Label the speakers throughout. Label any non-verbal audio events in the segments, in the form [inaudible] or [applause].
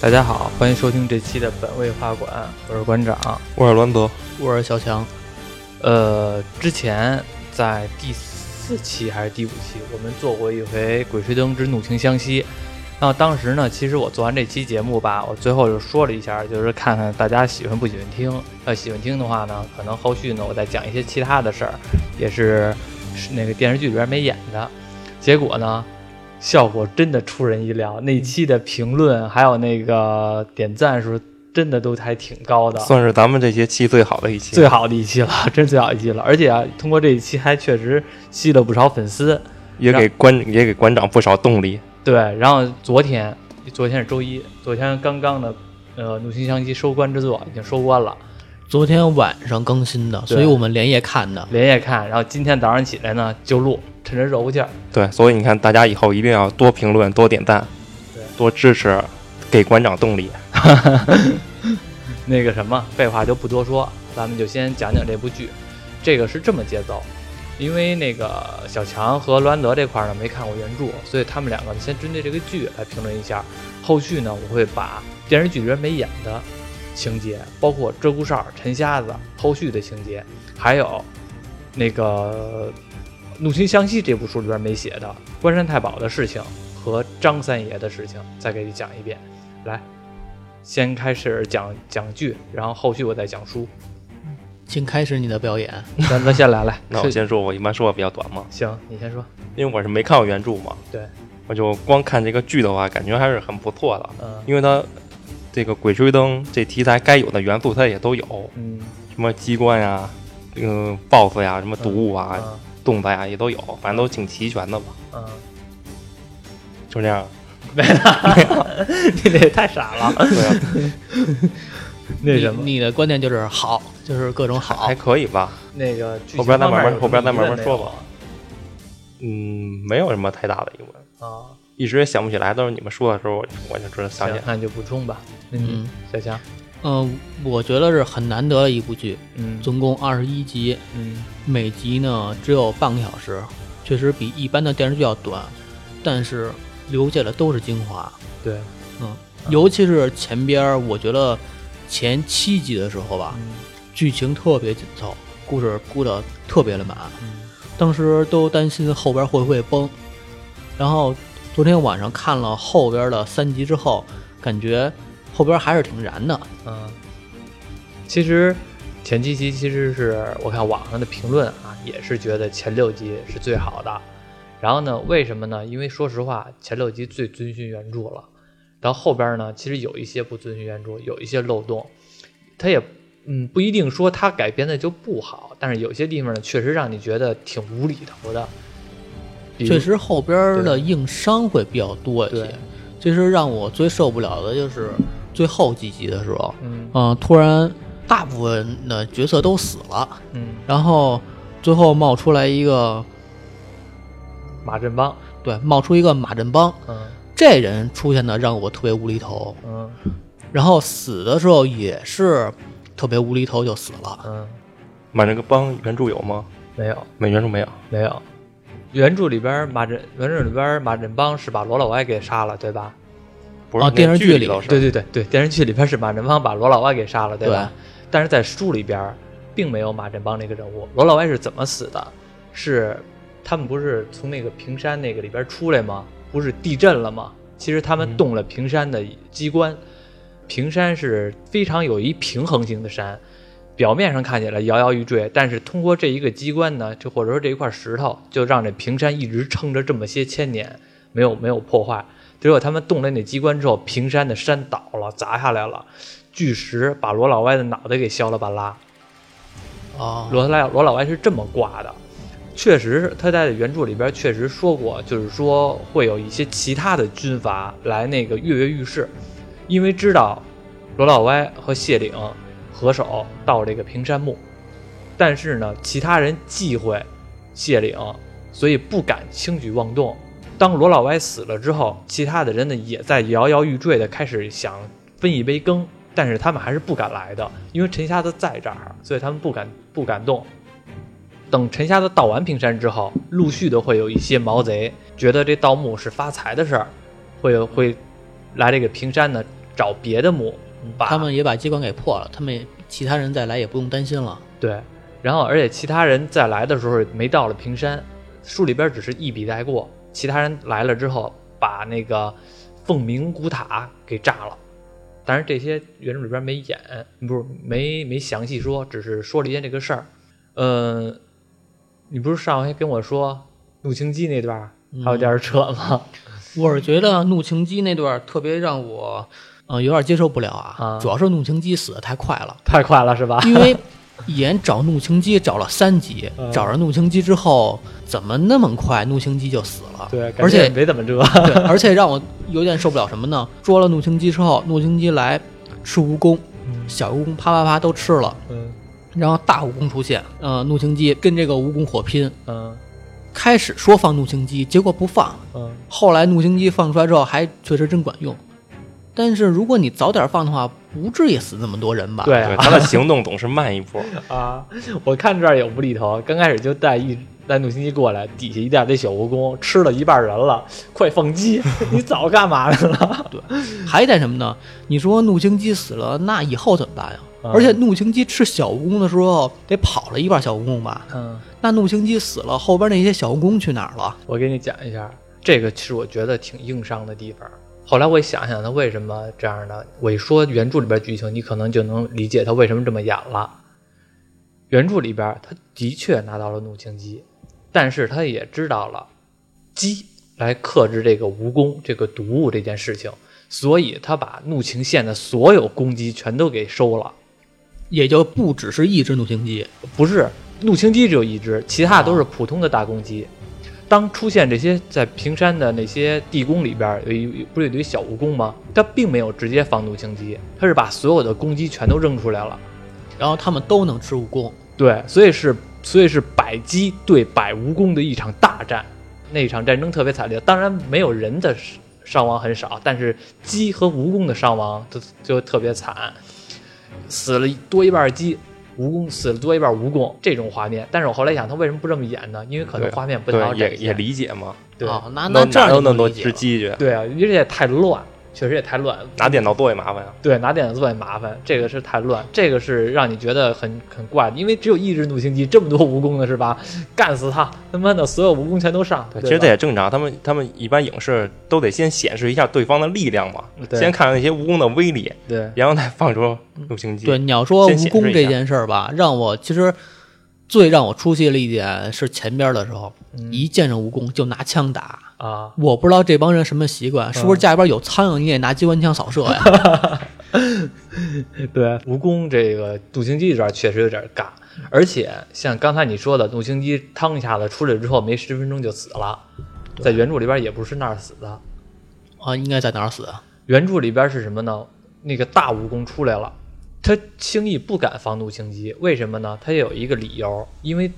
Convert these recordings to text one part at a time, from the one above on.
Speaker 1: 大家好，欢迎收听这期的本位画馆，我是馆长。
Speaker 2: 沃尔伦德，
Speaker 3: 我是小强，
Speaker 1: 呃，之前在第四期还是第五期，我们做过一回《鬼吹灯之怒晴湘西》。那当时呢，其实我做完这期节目吧，我最后就说了一下，就是看看大家喜欢不喜欢听。呃，喜欢听的话呢，可能后续呢，我再讲一些其他的事儿，也是是那个电视剧里边没演的。结果呢，效果真的出人意料，那期的评论还有那个点赞数，真的都还挺高的。
Speaker 2: 算是咱们这些期最好的一
Speaker 1: 啊
Speaker 2: 期。
Speaker 1: 最好的一期了，真最好的一期了。而且啊，通过这一期还确实吸了不少粉丝。
Speaker 2: 也给关也给馆长不少动力。
Speaker 1: 对，然后昨天，昨天是周一，昨天刚刚的，呃，《怒晴湘西》收官之作已经收官了，
Speaker 3: 昨天晚上更新的，
Speaker 1: 对
Speaker 3: 所以我们连夜看的。
Speaker 1: 连夜看，然后今天早上起来呢就录，趁着热乎劲儿。
Speaker 2: 对，所以你看，大家以后一定要多评论、多点赞
Speaker 1: 对、
Speaker 2: 多支持，给馆长动力。
Speaker 1: [laughs] 那个什么，废话就不多说，咱们就先讲讲这部剧。这个是这么节奏，因为那个小强和罗安德这块儿呢没看过原著，所以他们两个先针对这个剧来评论一下。后续呢，我会把电视剧里边没演的情节，包括鹧鸪哨、陈瞎子后续的情节，还有那个《怒晴湘西》这部书里边没写的关山太保的事情和张三爷的事情，再给你讲一遍。来，先开始讲讲剧，然后后续我再讲书。 [laughs]
Speaker 3: 请开始你的表演。
Speaker 1: 咱咱先来来，
Speaker 2: [laughs] 那我先说，我一般说的比较短嘛，
Speaker 1: 行，你先说。
Speaker 2: 因为我是没看过原著嘛，
Speaker 1: 对，
Speaker 2: 我就光看这个剧的话，感觉还是很不错的，
Speaker 1: 嗯
Speaker 2: 因为它这个《鬼吹灯》这题材该有的元素它也都有，
Speaker 1: 嗯
Speaker 2: 什么机关呀、这个 BOSS 呀、什么毒物啊、
Speaker 1: 嗯
Speaker 2: 动作呀也都有，反正都挺齐全的吧。
Speaker 1: 嗯，
Speaker 2: 就这
Speaker 1: [laughs]
Speaker 2: 样，
Speaker 1: 没了，没了， [laughs] 你这也太傻
Speaker 2: [laughs]
Speaker 1: 了。
Speaker 2: 对啊，
Speaker 1: [laughs] 那什么，
Speaker 3: 你你的观点就是好，就是各种好
Speaker 2: 还。可以吧。
Speaker 1: 那个剧情
Speaker 2: 后边再慢
Speaker 1: 方面
Speaker 2: 慢
Speaker 1: 有什么
Speaker 2: 后边再慢
Speaker 1: 疑
Speaker 2: 慢
Speaker 1: 问没有
Speaker 2: 说吧嗯，没有什么太大的疑问，
Speaker 1: 啊，
Speaker 2: 一时也想不起来。到时候你们说的时候，我我就知道想起
Speaker 1: 行
Speaker 2: 来。，
Speaker 1: 那你就补充吧。嗯
Speaker 3: 嗯，
Speaker 1: 小强，
Speaker 3: 嗯、我觉得是很难得的一部剧，
Speaker 1: 嗯
Speaker 3: 总共二十一集，
Speaker 1: 嗯
Speaker 3: 每集呢只有半个小时，确实比一般的电视剧要短，但是留下的都是精华。
Speaker 1: 对，
Speaker 3: 嗯，尤其是前边儿，我觉得前七集的时候吧，
Speaker 1: 嗯
Speaker 3: 剧情特别紧凑，故事铺的特别的满。
Speaker 1: 嗯
Speaker 3: 当时都担心后边会不会崩，然后昨天晚上看了后边的三集之后，感觉后边还是挺燃的。
Speaker 1: 嗯，其实前几集其实是我看网上的评论啊，也是觉得前六集是最好的。然后呢，为什么呢？因为说实话，前六集最遵循原著了。然后后边呢，其实有一些不遵循原著，有一些漏洞，它也嗯不一定说它改编的就不好，但是有些地方呢，确实让你觉得挺无厘头的。比如
Speaker 3: 确，实后边的
Speaker 1: 对
Speaker 3: 硬伤会比较多一
Speaker 1: 对
Speaker 3: 些。其实让我最受不了的就是最后几集的时候，
Speaker 1: 嗯
Speaker 3: 嗯、突然大部分的角色都死了，
Speaker 1: 嗯，
Speaker 3: 然后最后冒出来一个，
Speaker 1: 马振邦，
Speaker 3: 对，冒出一个马振邦，
Speaker 1: 嗯
Speaker 3: 这人出现的让我特别无厘头。
Speaker 1: 嗯
Speaker 3: 然后死的时候也是特别无厘头就死了。
Speaker 1: 嗯，
Speaker 2: 满这个帮原著有吗？
Speaker 1: 没有。
Speaker 2: 没原著没有。
Speaker 1: 没有，原著里边马振，原著里边马振邦是把罗老歪给杀了，对吧？
Speaker 2: 不是、
Speaker 3: 哦电视剧
Speaker 2: 剧
Speaker 3: 里
Speaker 2: 倒是
Speaker 1: 对对对对，电视剧里边是马振邦把罗老歪给杀了，对吧？但是在书里边并没有马振邦这个人物，罗老歪是怎么死的？是他们不是从那个平山那个里边出来吗？不是地震了吗？其实他们动了平山的机关，平山是非常有一平衡性的山，表面上看起来摇摇欲坠，但是通过这一个机关呢，就或者说这一块石头，就让这平山一直撑着这么些千年，没有没有破坏。只有他们动了那机关之后，平山的山倒了，砸下来了，巨石把罗老歪的脑袋给削了半拉。
Speaker 3: 哦，
Speaker 1: 罗老罗老歪是这么挂的，确实他在原著里边确实说过，就是说会有一些其他的军阀来那个跃跃欲试，因为知道罗老歪和谢岭合手到这个平山墓，但是呢，其他人忌讳谢岭，所以不敢轻举妄动。当罗老歪死了之后，其他的人呢也在摇摇欲坠的开始想分一杯羹，但是他们还是不敢来的，因为陈瞎子在这儿，所以他们不敢不敢动。等陈瞎子盗完平山之后，陆续的会有一些毛贼觉得这盗墓是发财的事儿，会会来这个平山呢找别的墓把
Speaker 3: 他们也把机关给破了，他们也其他人再来也不用担心了。
Speaker 1: 对，然后而且其他人在来的时候也没到了平山，书里边只是一笔带过，其他人来了之后把那个凤鸣古塔给炸了。但是这些原著里边没演，不是没没详细说，只是说了一件这个事儿。嗯，你不是上回跟我说怒晴姬那段儿还有点儿扯吗？ [laughs]
Speaker 3: 我是觉得怒晴姬那段特别让我，嗯、有点接受不了啊
Speaker 1: 啊。
Speaker 3: 主要是怒晴姬死的太快 [laughs] 了，
Speaker 1: 太快了是吧？
Speaker 3: 因为蚁岩找怒晴姬找了三集，
Speaker 1: 嗯
Speaker 3: 找着怒晴姬之后，怎么那么快怒晴姬就死了？
Speaker 1: 对，
Speaker 3: 而
Speaker 1: 感觉也
Speaker 3: 且
Speaker 1: 没怎么折。
Speaker 3: 对， [laughs] 而且让我有点受不了什么呢？捉了怒晴姬之后，怒晴姬来吃蜈蚣，小蜈蚣啪啪啪都吃了，
Speaker 1: [laughs] 嗯
Speaker 3: 然后大蜈蚣出现，呃，怒晴姬跟这个蜈蚣火拼，
Speaker 1: 嗯
Speaker 3: 开始说放怒晴姬，结果不放，
Speaker 1: 嗯
Speaker 3: 后来怒晴姬放出来之后还确实真管用，但是如果你早点放的话，不至于死那么多人吧？
Speaker 1: 对
Speaker 2: 对，
Speaker 1: 啊
Speaker 2: 他的行动总是慢
Speaker 1: [laughs]
Speaker 2: 一步。
Speaker 1: 啊！我看这儿有无厘头，刚开始就带一带怒星鸡过来，底下一大堆小蜈蚣，吃了一半人了，快放鸡！ [laughs] 你早干嘛去了？
Speaker 3: 还一点什么呢？你说怒晴姬死了，那以后怎么办呀？
Speaker 1: 嗯
Speaker 3: 而且怒晴姬吃小蜈蚣的时候得跑了一半小蜈蚣吧？
Speaker 1: 嗯，
Speaker 3: 那怒晴姬死了，后边那些小蜈蚣去哪儿了？
Speaker 1: 我给你讲一下，这个其实我觉得挺硬伤的地方。后来我也想想他为什么这样的，我一说原著里边剧情，你可能就能理解他为什么这么演了。原著里边他的确拿到了怒晴鸡，但是他也知道了鸡来克制这个蜈蚣这个毒物这件事情，所以他把怒晴县的所有公鸡全都给收了。
Speaker 3: 也就不只是一只怒晴姬，
Speaker 1: 不是怒青鸡只有一只，其他的都是普通的大公鸡。当出现这些在平山的那些地宫里边儿，有一不是有一堆小蜈蚣吗？它并没有直接放怒青鸡，它是把所有的公鸡全都扔出来了。
Speaker 3: 然后他们都能吃蜈蚣。
Speaker 1: 对，所以是所以是百鸡对百蜈蚣的一场大战，那一场战争特别惨烈。当然没有人的伤伤亡很少，但是鸡和蜈蚣的伤亡就就特别惨，死了多一半鸡。蜈蚣死了多一半蜈蚣这种画面，但是我后来想，他为什么不这么演呢？因为可能
Speaker 2: 对
Speaker 1: 画面不太好
Speaker 2: 对，
Speaker 1: 展
Speaker 2: 也
Speaker 1: 现。
Speaker 2: 也理解嘛。
Speaker 1: 对哦
Speaker 3: 啊，那
Speaker 2: 哪
Speaker 3: 那这样
Speaker 2: 有
Speaker 3: 就
Speaker 2: 那么
Speaker 3: 能
Speaker 2: 多
Speaker 3: 理解
Speaker 2: 只
Speaker 3: 了。
Speaker 2: 鸡去？
Speaker 1: 对啊，因为这也太乱，确实也太乱。
Speaker 2: 拿电脑多也麻烦啊。
Speaker 1: 对，拿电脑做也麻烦，这个是太乱，这个是让你觉得很很怪，因为只有一只怒星鸡，这么多蜈蚣的是吧？干死它，他妈的所有蜈蚣全都上。
Speaker 2: 其实这
Speaker 1: 对吧
Speaker 2: 也正常，他们他们一般影视都得先显示一下对方的力量嘛，
Speaker 1: 对嗯
Speaker 2: 先看看那些蜈蚣的威力，
Speaker 1: 对，
Speaker 2: 然后再放出入侵机。
Speaker 3: 对，你要说
Speaker 2: 先
Speaker 3: 蜈
Speaker 2: 显示
Speaker 3: 蚣
Speaker 2: 一
Speaker 3: 这
Speaker 2: 下
Speaker 3: 件事儿吧，让我其实最让我出戏的一点是前边的时候，
Speaker 2: 嗯
Speaker 3: 一见着蜈蚣就拿枪打。
Speaker 1: 啊，
Speaker 3: 我不知道这帮人什么习惯，是不是
Speaker 2: 嗯
Speaker 3: 家里边有苍蝇你也拿机关枪扫射呀？
Speaker 2: [laughs]
Speaker 1: 对，蜈蚣这个怒星鸡这段确实有点尬，而且像刚才你说的，怒星鸡汤一下子出来之后没十分钟就死了，在原著里边也不是那儿死的，
Speaker 3: 啊，应该在哪儿死？
Speaker 1: 原著里边是什么呢？那个大蜈蚣出来了，他轻易不敢放怒青鸡，为什么呢？他也有一个理由，因为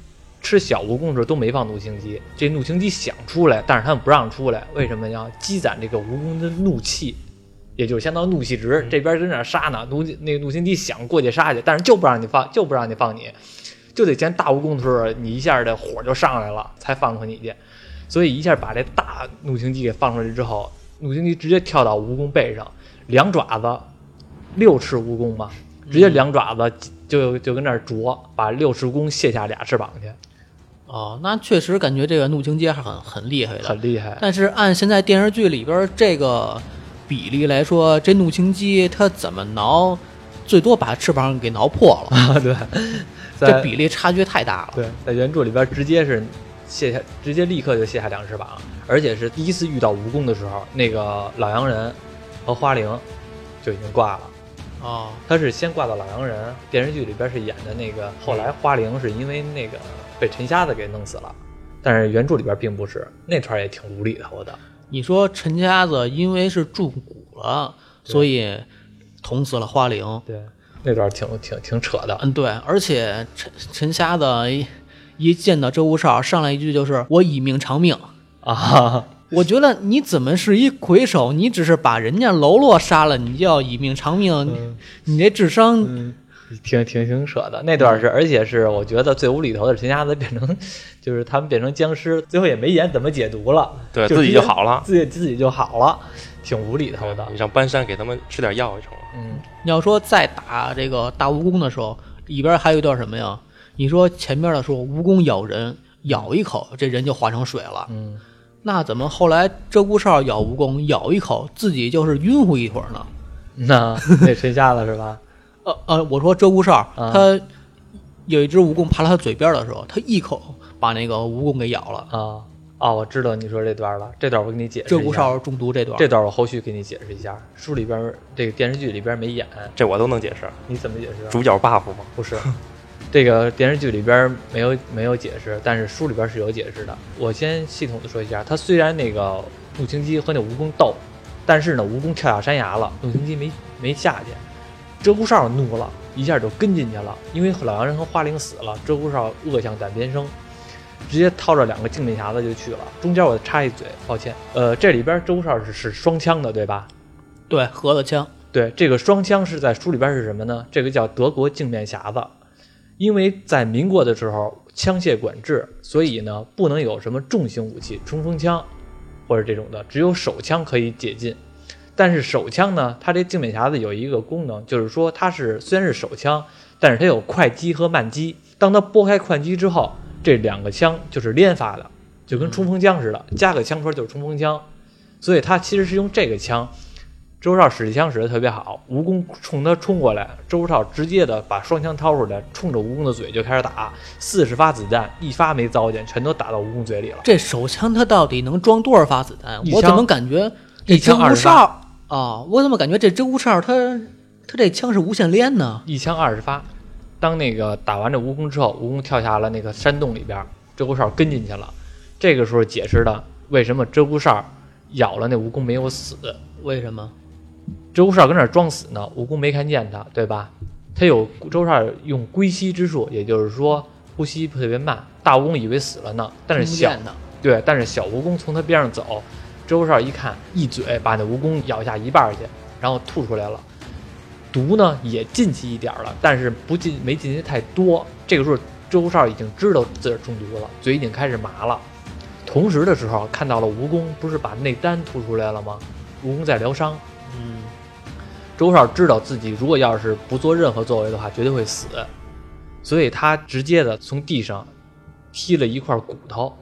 Speaker 1: 吃小蜈蚣的时候都没放怒青鸡，这怒青鸡想出来，但是他们不让出来，为什么呀？积攒这个蜈蚣的怒气，也就是相当于怒气值，这边跟那儿杀呢，怒那个怒青鸡想过去杀去，但是就不让你放，就不让你放你，就得见大蜈蚣的时候，你一下这火就上来了，才放过你去。所以一下把这大怒青鸡给放出来之后，怒青鸡直接跳到蜈蚣背上，两爪子，六翅蜈蚣嘛，直接两爪子就就跟那儿啄，把六翅蜈蚣卸下俩翅膀去，
Speaker 3: 哦，那确实感觉这个怒晴街还很很厉害的，
Speaker 1: [laughs] 很厉 [laughs] 害。
Speaker 3: 但是按现在电视剧里边这个比例来说，这怒晴鸡它怎么挠，最多把翅膀给挠
Speaker 2: [laughs]
Speaker 3: 破了，
Speaker 1: 啊， [laughs] 对，
Speaker 3: 这
Speaker 1: 在
Speaker 3: 比例差距太大了。
Speaker 1: 对在原著里边直接是卸下，直接立刻就卸下两翅膀，而且是第一次遇到蜈蚣的时候，那个老洋人和花翎就已经挂了。
Speaker 3: 哦，
Speaker 1: 他是先挂到老洋人，电视剧里边是演的那个，后来花翎是因为那个被陈瞎子给弄死了，但是原著里边并不是，那团儿也挺无厘头的。
Speaker 3: 你说陈家子因为是中蛊了，所以捅死了花翎。
Speaker 1: 对，那段儿挺挺挺扯的。
Speaker 3: 嗯，对，而且陈陈瞎子一一见到周无少，上来一句就是“我以命偿命”。
Speaker 1: 啊，
Speaker 3: 我觉得你怎么是一魁首？你只是把人家喽啰杀了，你就要以命偿命？
Speaker 1: 嗯
Speaker 3: 你这智商，
Speaker 1: [laughs] 挺挺挺扯的。那段是，而且是我觉得最无厘头的是陈瞎子变成，就是他们变成僵尸，最后也没演怎么解毒了，
Speaker 2: 对
Speaker 1: 就
Speaker 2: 自己
Speaker 1: 直接
Speaker 2: 就好了
Speaker 1: 自己自己就好了。挺无厘头的
Speaker 2: 你。让搬山给他们吃点药就成了。
Speaker 1: 嗯，
Speaker 3: 你要说在打这个大蜈蚣的时候，里边还有一段什么呀？你说前面的说蜈蚣咬人，咬一口这人就化成水了。
Speaker 1: 嗯，
Speaker 3: 那怎么后来鹧鸪哨咬蜈蚣，咬一口自己就是晕乎一会儿呢？
Speaker 1: [laughs] 那那沉下了是吧？
Speaker 3: 呃呃，我说鹧鸪哨，
Speaker 1: 啊
Speaker 3: 它有一只蜈蚣爬到它嘴边的时候，它一口把那个蜈蚣给咬了。
Speaker 1: 啊啊，我知道你说这段了，这段我给你解释
Speaker 3: 鹧
Speaker 1: 一
Speaker 3: 鸪
Speaker 1: 下。
Speaker 3: 哨中毒这段，
Speaker 1: 这段我后续给你解释一下，书里边儿这个电视剧里边儿没演，
Speaker 2: 这我都能解释，
Speaker 1: 你怎么解释啊？
Speaker 2: 主角 buff 嘛，
Speaker 1: 不是，这个电视剧里边儿没有没有解释，但是书里边儿是有解释的。我先系统的说一下，它虽然那个陆清基和那蜈蚣斗，但是呢，蜈蚣跳下山崖了，陆清基没没下去，鹧鸪哨怒了，一下就跟进去了。因为老洋人和花翎死了，鹧鸪哨恶向胆边生。直接掏着两个镜面匣子就去了。中间我插一嘴，抱歉。呃，这里边鹧鸪哨是是双枪的，对吧？
Speaker 3: 对盒子枪，
Speaker 1: 对，这个双枪是在书里边是什么呢？这个叫德国镜面匣子，因为在民国的时候枪械管制，所以呢不能有什么重型武器，冲锋枪或者这种的，只有手枪可以解禁。但是手枪呢，它这镜面匣子有一个功能，就是说它是虽然是手枪，但是它有快击和慢击。当它拨开快击之后，这两个枪就是连发的，就跟冲锋枪似的，加个枪托就是冲锋枪。所以它其实是用这个枪周少使这枪使得特别好，蜈蚣冲他冲过来，周少直接的把双枪掏出来，冲着蜈蚣的嘴就开始打，四十发子弹一发没糟践，全都打到蜈蚣嘴里了。
Speaker 3: 这手枪它到底能装多少发子弹？
Speaker 1: 一
Speaker 3: 我怎
Speaker 1: 枪
Speaker 3: 么感觉这
Speaker 1: 一
Speaker 3: 鹧
Speaker 1: 枪
Speaker 3: 鸪
Speaker 1: 20
Speaker 3: 哨啊？我怎么感觉这鹧鸪哨它它这枪是无限连呢？
Speaker 1: 一枪二十发。当那个打完这蜈蚣之后，蜈蚣跳下了那个山洞里边，鹧鸪哨跟进去了。这个时候解释的为什么鹧鸪哨咬了那蜈蚣没有死，
Speaker 3: 为什么？
Speaker 1: 鹧鸪哨跟那儿装死呢，蜈蚣没看见它，对吧？它有鹧鸪哨用归息之术，也就是说呼吸特别慢。大蜈蚣以为死了呢，但是
Speaker 3: 听不
Speaker 1: 小
Speaker 3: 见的
Speaker 1: 对，但是小蜈蚣从它边上走，鹧鸪哨一看，一嘴把那蜈蚣咬下一半儿去，然后吐出来了。毒呢也进去一点儿了，但是不进没进去太多。这个时候，鹧鸪哨已经知道自个儿中毒了，嘴已经开始麻了。同时的时候，看到了蜈蚣不是把内丹吐出来了吗？蜈蚣在疗伤，
Speaker 3: 嗯，
Speaker 1: 周少知道自己如果要是不做任何作为的话，绝对会死，所以他直接的从地上踢了一块骨头，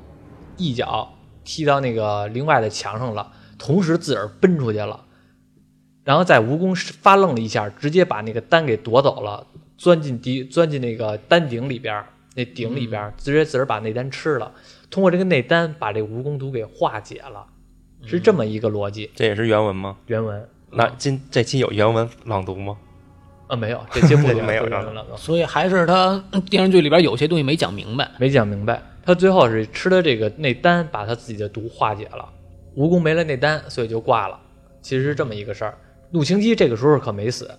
Speaker 1: 一脚踢到那个另外的墙上了，同时自个儿奔出去了，然后在蜈蚣发愣了一下，直接把那个丹给夺走了，钻进地钻进那个丹顶里边儿，那鼎里边
Speaker 2: 嗯
Speaker 1: 儿，直接自个儿把内丹吃了，通过这个内丹把这蜈蚣毒给化解了，是这么一个逻辑。
Speaker 2: 这也是嗯原文吗？
Speaker 1: 原文
Speaker 2: 那今这期有原文朗读吗？
Speaker 1: 啊没有，这些
Speaker 2: [laughs]
Speaker 1: 不
Speaker 2: 这就
Speaker 1: 懂
Speaker 2: 没有
Speaker 1: 不懂
Speaker 2: 了
Speaker 1: 了都
Speaker 3: 所以还是他电视剧里边有些东西没讲明白。
Speaker 1: 没讲明白。他最后是吃了这个内丹，把他自己的毒化解了。蜈蚣没了内丹，所以就挂了。其实是这么一个事儿。陆清基这个时候可没死，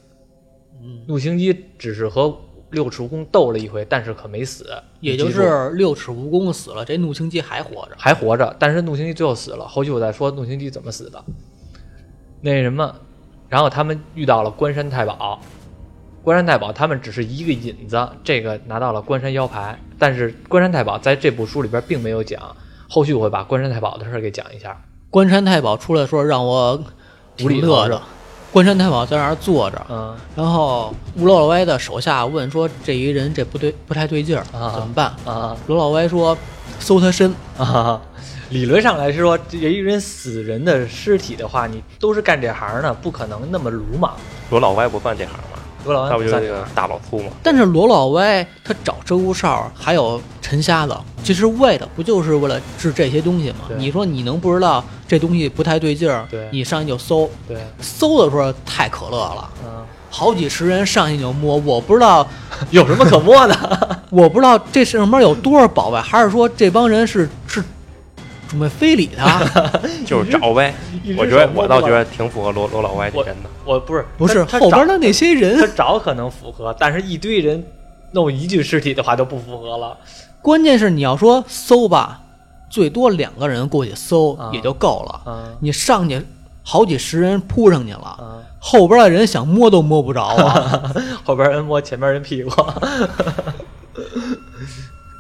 Speaker 3: 嗯
Speaker 1: 陆清基只是和六尺蜈蚣斗了一回，但是可没死，
Speaker 3: 也就
Speaker 1: 你记住
Speaker 3: 是六尺蜈蚣死了，这怒青鸡还活着。
Speaker 1: 还活着。但是陆清基最后死了，后续我再说陆清基怎么死的。那什么，然后他们遇到了关山太保，关山太保他们只是一个引子，这个拿到了关山腰牌，但是关山太保在这部书里边并没有讲，后续我会把关山太保的事儿给讲一下。
Speaker 3: 关山太保出来说让我
Speaker 1: 无厘
Speaker 3: 挺
Speaker 1: 头
Speaker 3: 乐
Speaker 1: 是
Speaker 3: 着，关山太保在那儿坐着，
Speaker 1: 嗯
Speaker 3: 然后吴老歪的手下问说：“这一人这不对，不太对劲儿，
Speaker 1: 啊
Speaker 3: 怎么办
Speaker 1: 啊？”
Speaker 3: 罗老歪说：“搜他身。
Speaker 1: 啊！理论上来说，这一人死人的尸体的话，你都是干这行的，不可能那么鲁莽。
Speaker 2: 罗老歪不犯这行吗？
Speaker 1: 罗老
Speaker 2: 那
Speaker 1: 安不
Speaker 2: 不就是
Speaker 1: 算
Speaker 2: 那啊个大老粗吗？”
Speaker 3: 但是罗老歪他找鹧鸪哨还有陈瞎子，其实为的不就是为了治这些东西吗？
Speaker 1: 对
Speaker 3: 你说你能不知道这东西不太对劲儿
Speaker 1: 对，
Speaker 3: 你上去就搜，
Speaker 1: 对，
Speaker 3: 搜的时候太可乐了。
Speaker 1: 嗯，
Speaker 3: 好几十人上去就摸，我不知道，
Speaker 1: [laughs] 有什么可摸的？ [laughs]
Speaker 3: 我不知道这上面有多少宝贝，还是说这帮人是是准备非礼
Speaker 1: [laughs]
Speaker 3: 他？
Speaker 2: 就是找呗。
Speaker 1: 一只
Speaker 2: 我觉得
Speaker 1: 手摸不
Speaker 2: 我倒
Speaker 1: 着
Speaker 2: 觉得挺符合罗罗老歪这人的。
Speaker 1: 我不是
Speaker 3: 不是
Speaker 1: 他他
Speaker 3: 后边
Speaker 1: 找
Speaker 3: 的那些
Speaker 1: 他
Speaker 3: 人，
Speaker 1: 找可能符合，但是一堆人弄一具尸体的话就不符合了。
Speaker 3: 关键是你要说搜吧，最多两个人过去搜
Speaker 1: 啊
Speaker 3: 也就够了。
Speaker 1: 嗯
Speaker 3: 你上去好几十人扑上去了，
Speaker 1: 嗯，
Speaker 3: 后边的人想摸都摸不着
Speaker 1: [laughs]
Speaker 3: 啊！
Speaker 1: 后边人摸前边人屁股。 [laughs]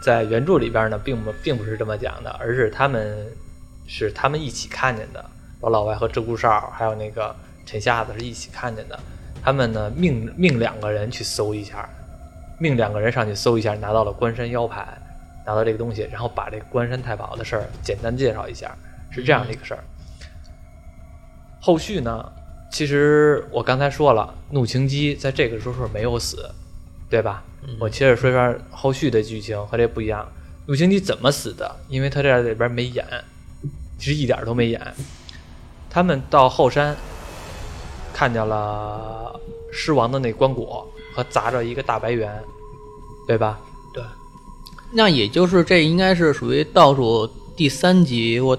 Speaker 1: 在原著里边呢，并不并不是这么讲的，而是他们是他们一起看见的。我老外和鹧鸪哨还有那个陈瞎子是一起看见的。他们呢命命两个人去搜一下，命两个人上去搜一下，拿到了关山腰牌，拿到这个东西，然后把这个关山太保的事儿简单介绍一下，是这样的一个事儿。后续呢，其实我刚才说了，怒晴姬在这个时候是没有死，对吧？我接着说一下后续的剧情和这不一样。怒晴姬怎么死的？因为他这里边没演，其实一点儿都没演。他们到后山看见了狮王的那棺椁和砸着一个大白猿，对吧？
Speaker 3: 对，那也就是这应该是属于倒数第三集我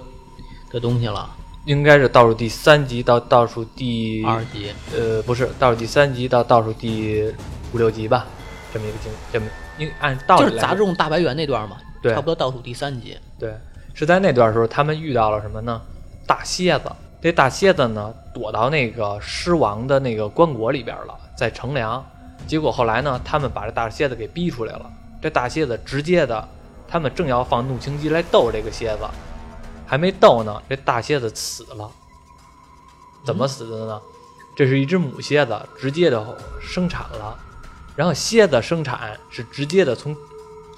Speaker 3: 的东西了，
Speaker 1: 应该是倒数第三集到倒数第
Speaker 3: 二集。
Speaker 1: 呃，不是倒数第三集到倒数第五六集吧，这么一个经这么应按道理来
Speaker 3: 就是砸中大白猿那段嘛，
Speaker 1: 对
Speaker 3: 差不多倒数第三集。
Speaker 1: 对，是在那段时候他们遇到了什么呢？大蝎子，这大蝎子呢躲到那个狮王的那个棺椁里边了，在乘凉。结果后来呢，他们把这大蝎子给逼出来了。这大蝎子直接的，他们正要放怒晴姬来斗这个蝎子，还没斗呢，这大蝎子死了。怎么死的呢？这是一只母蝎子直接的生产了，然后蝎子生产是直接的从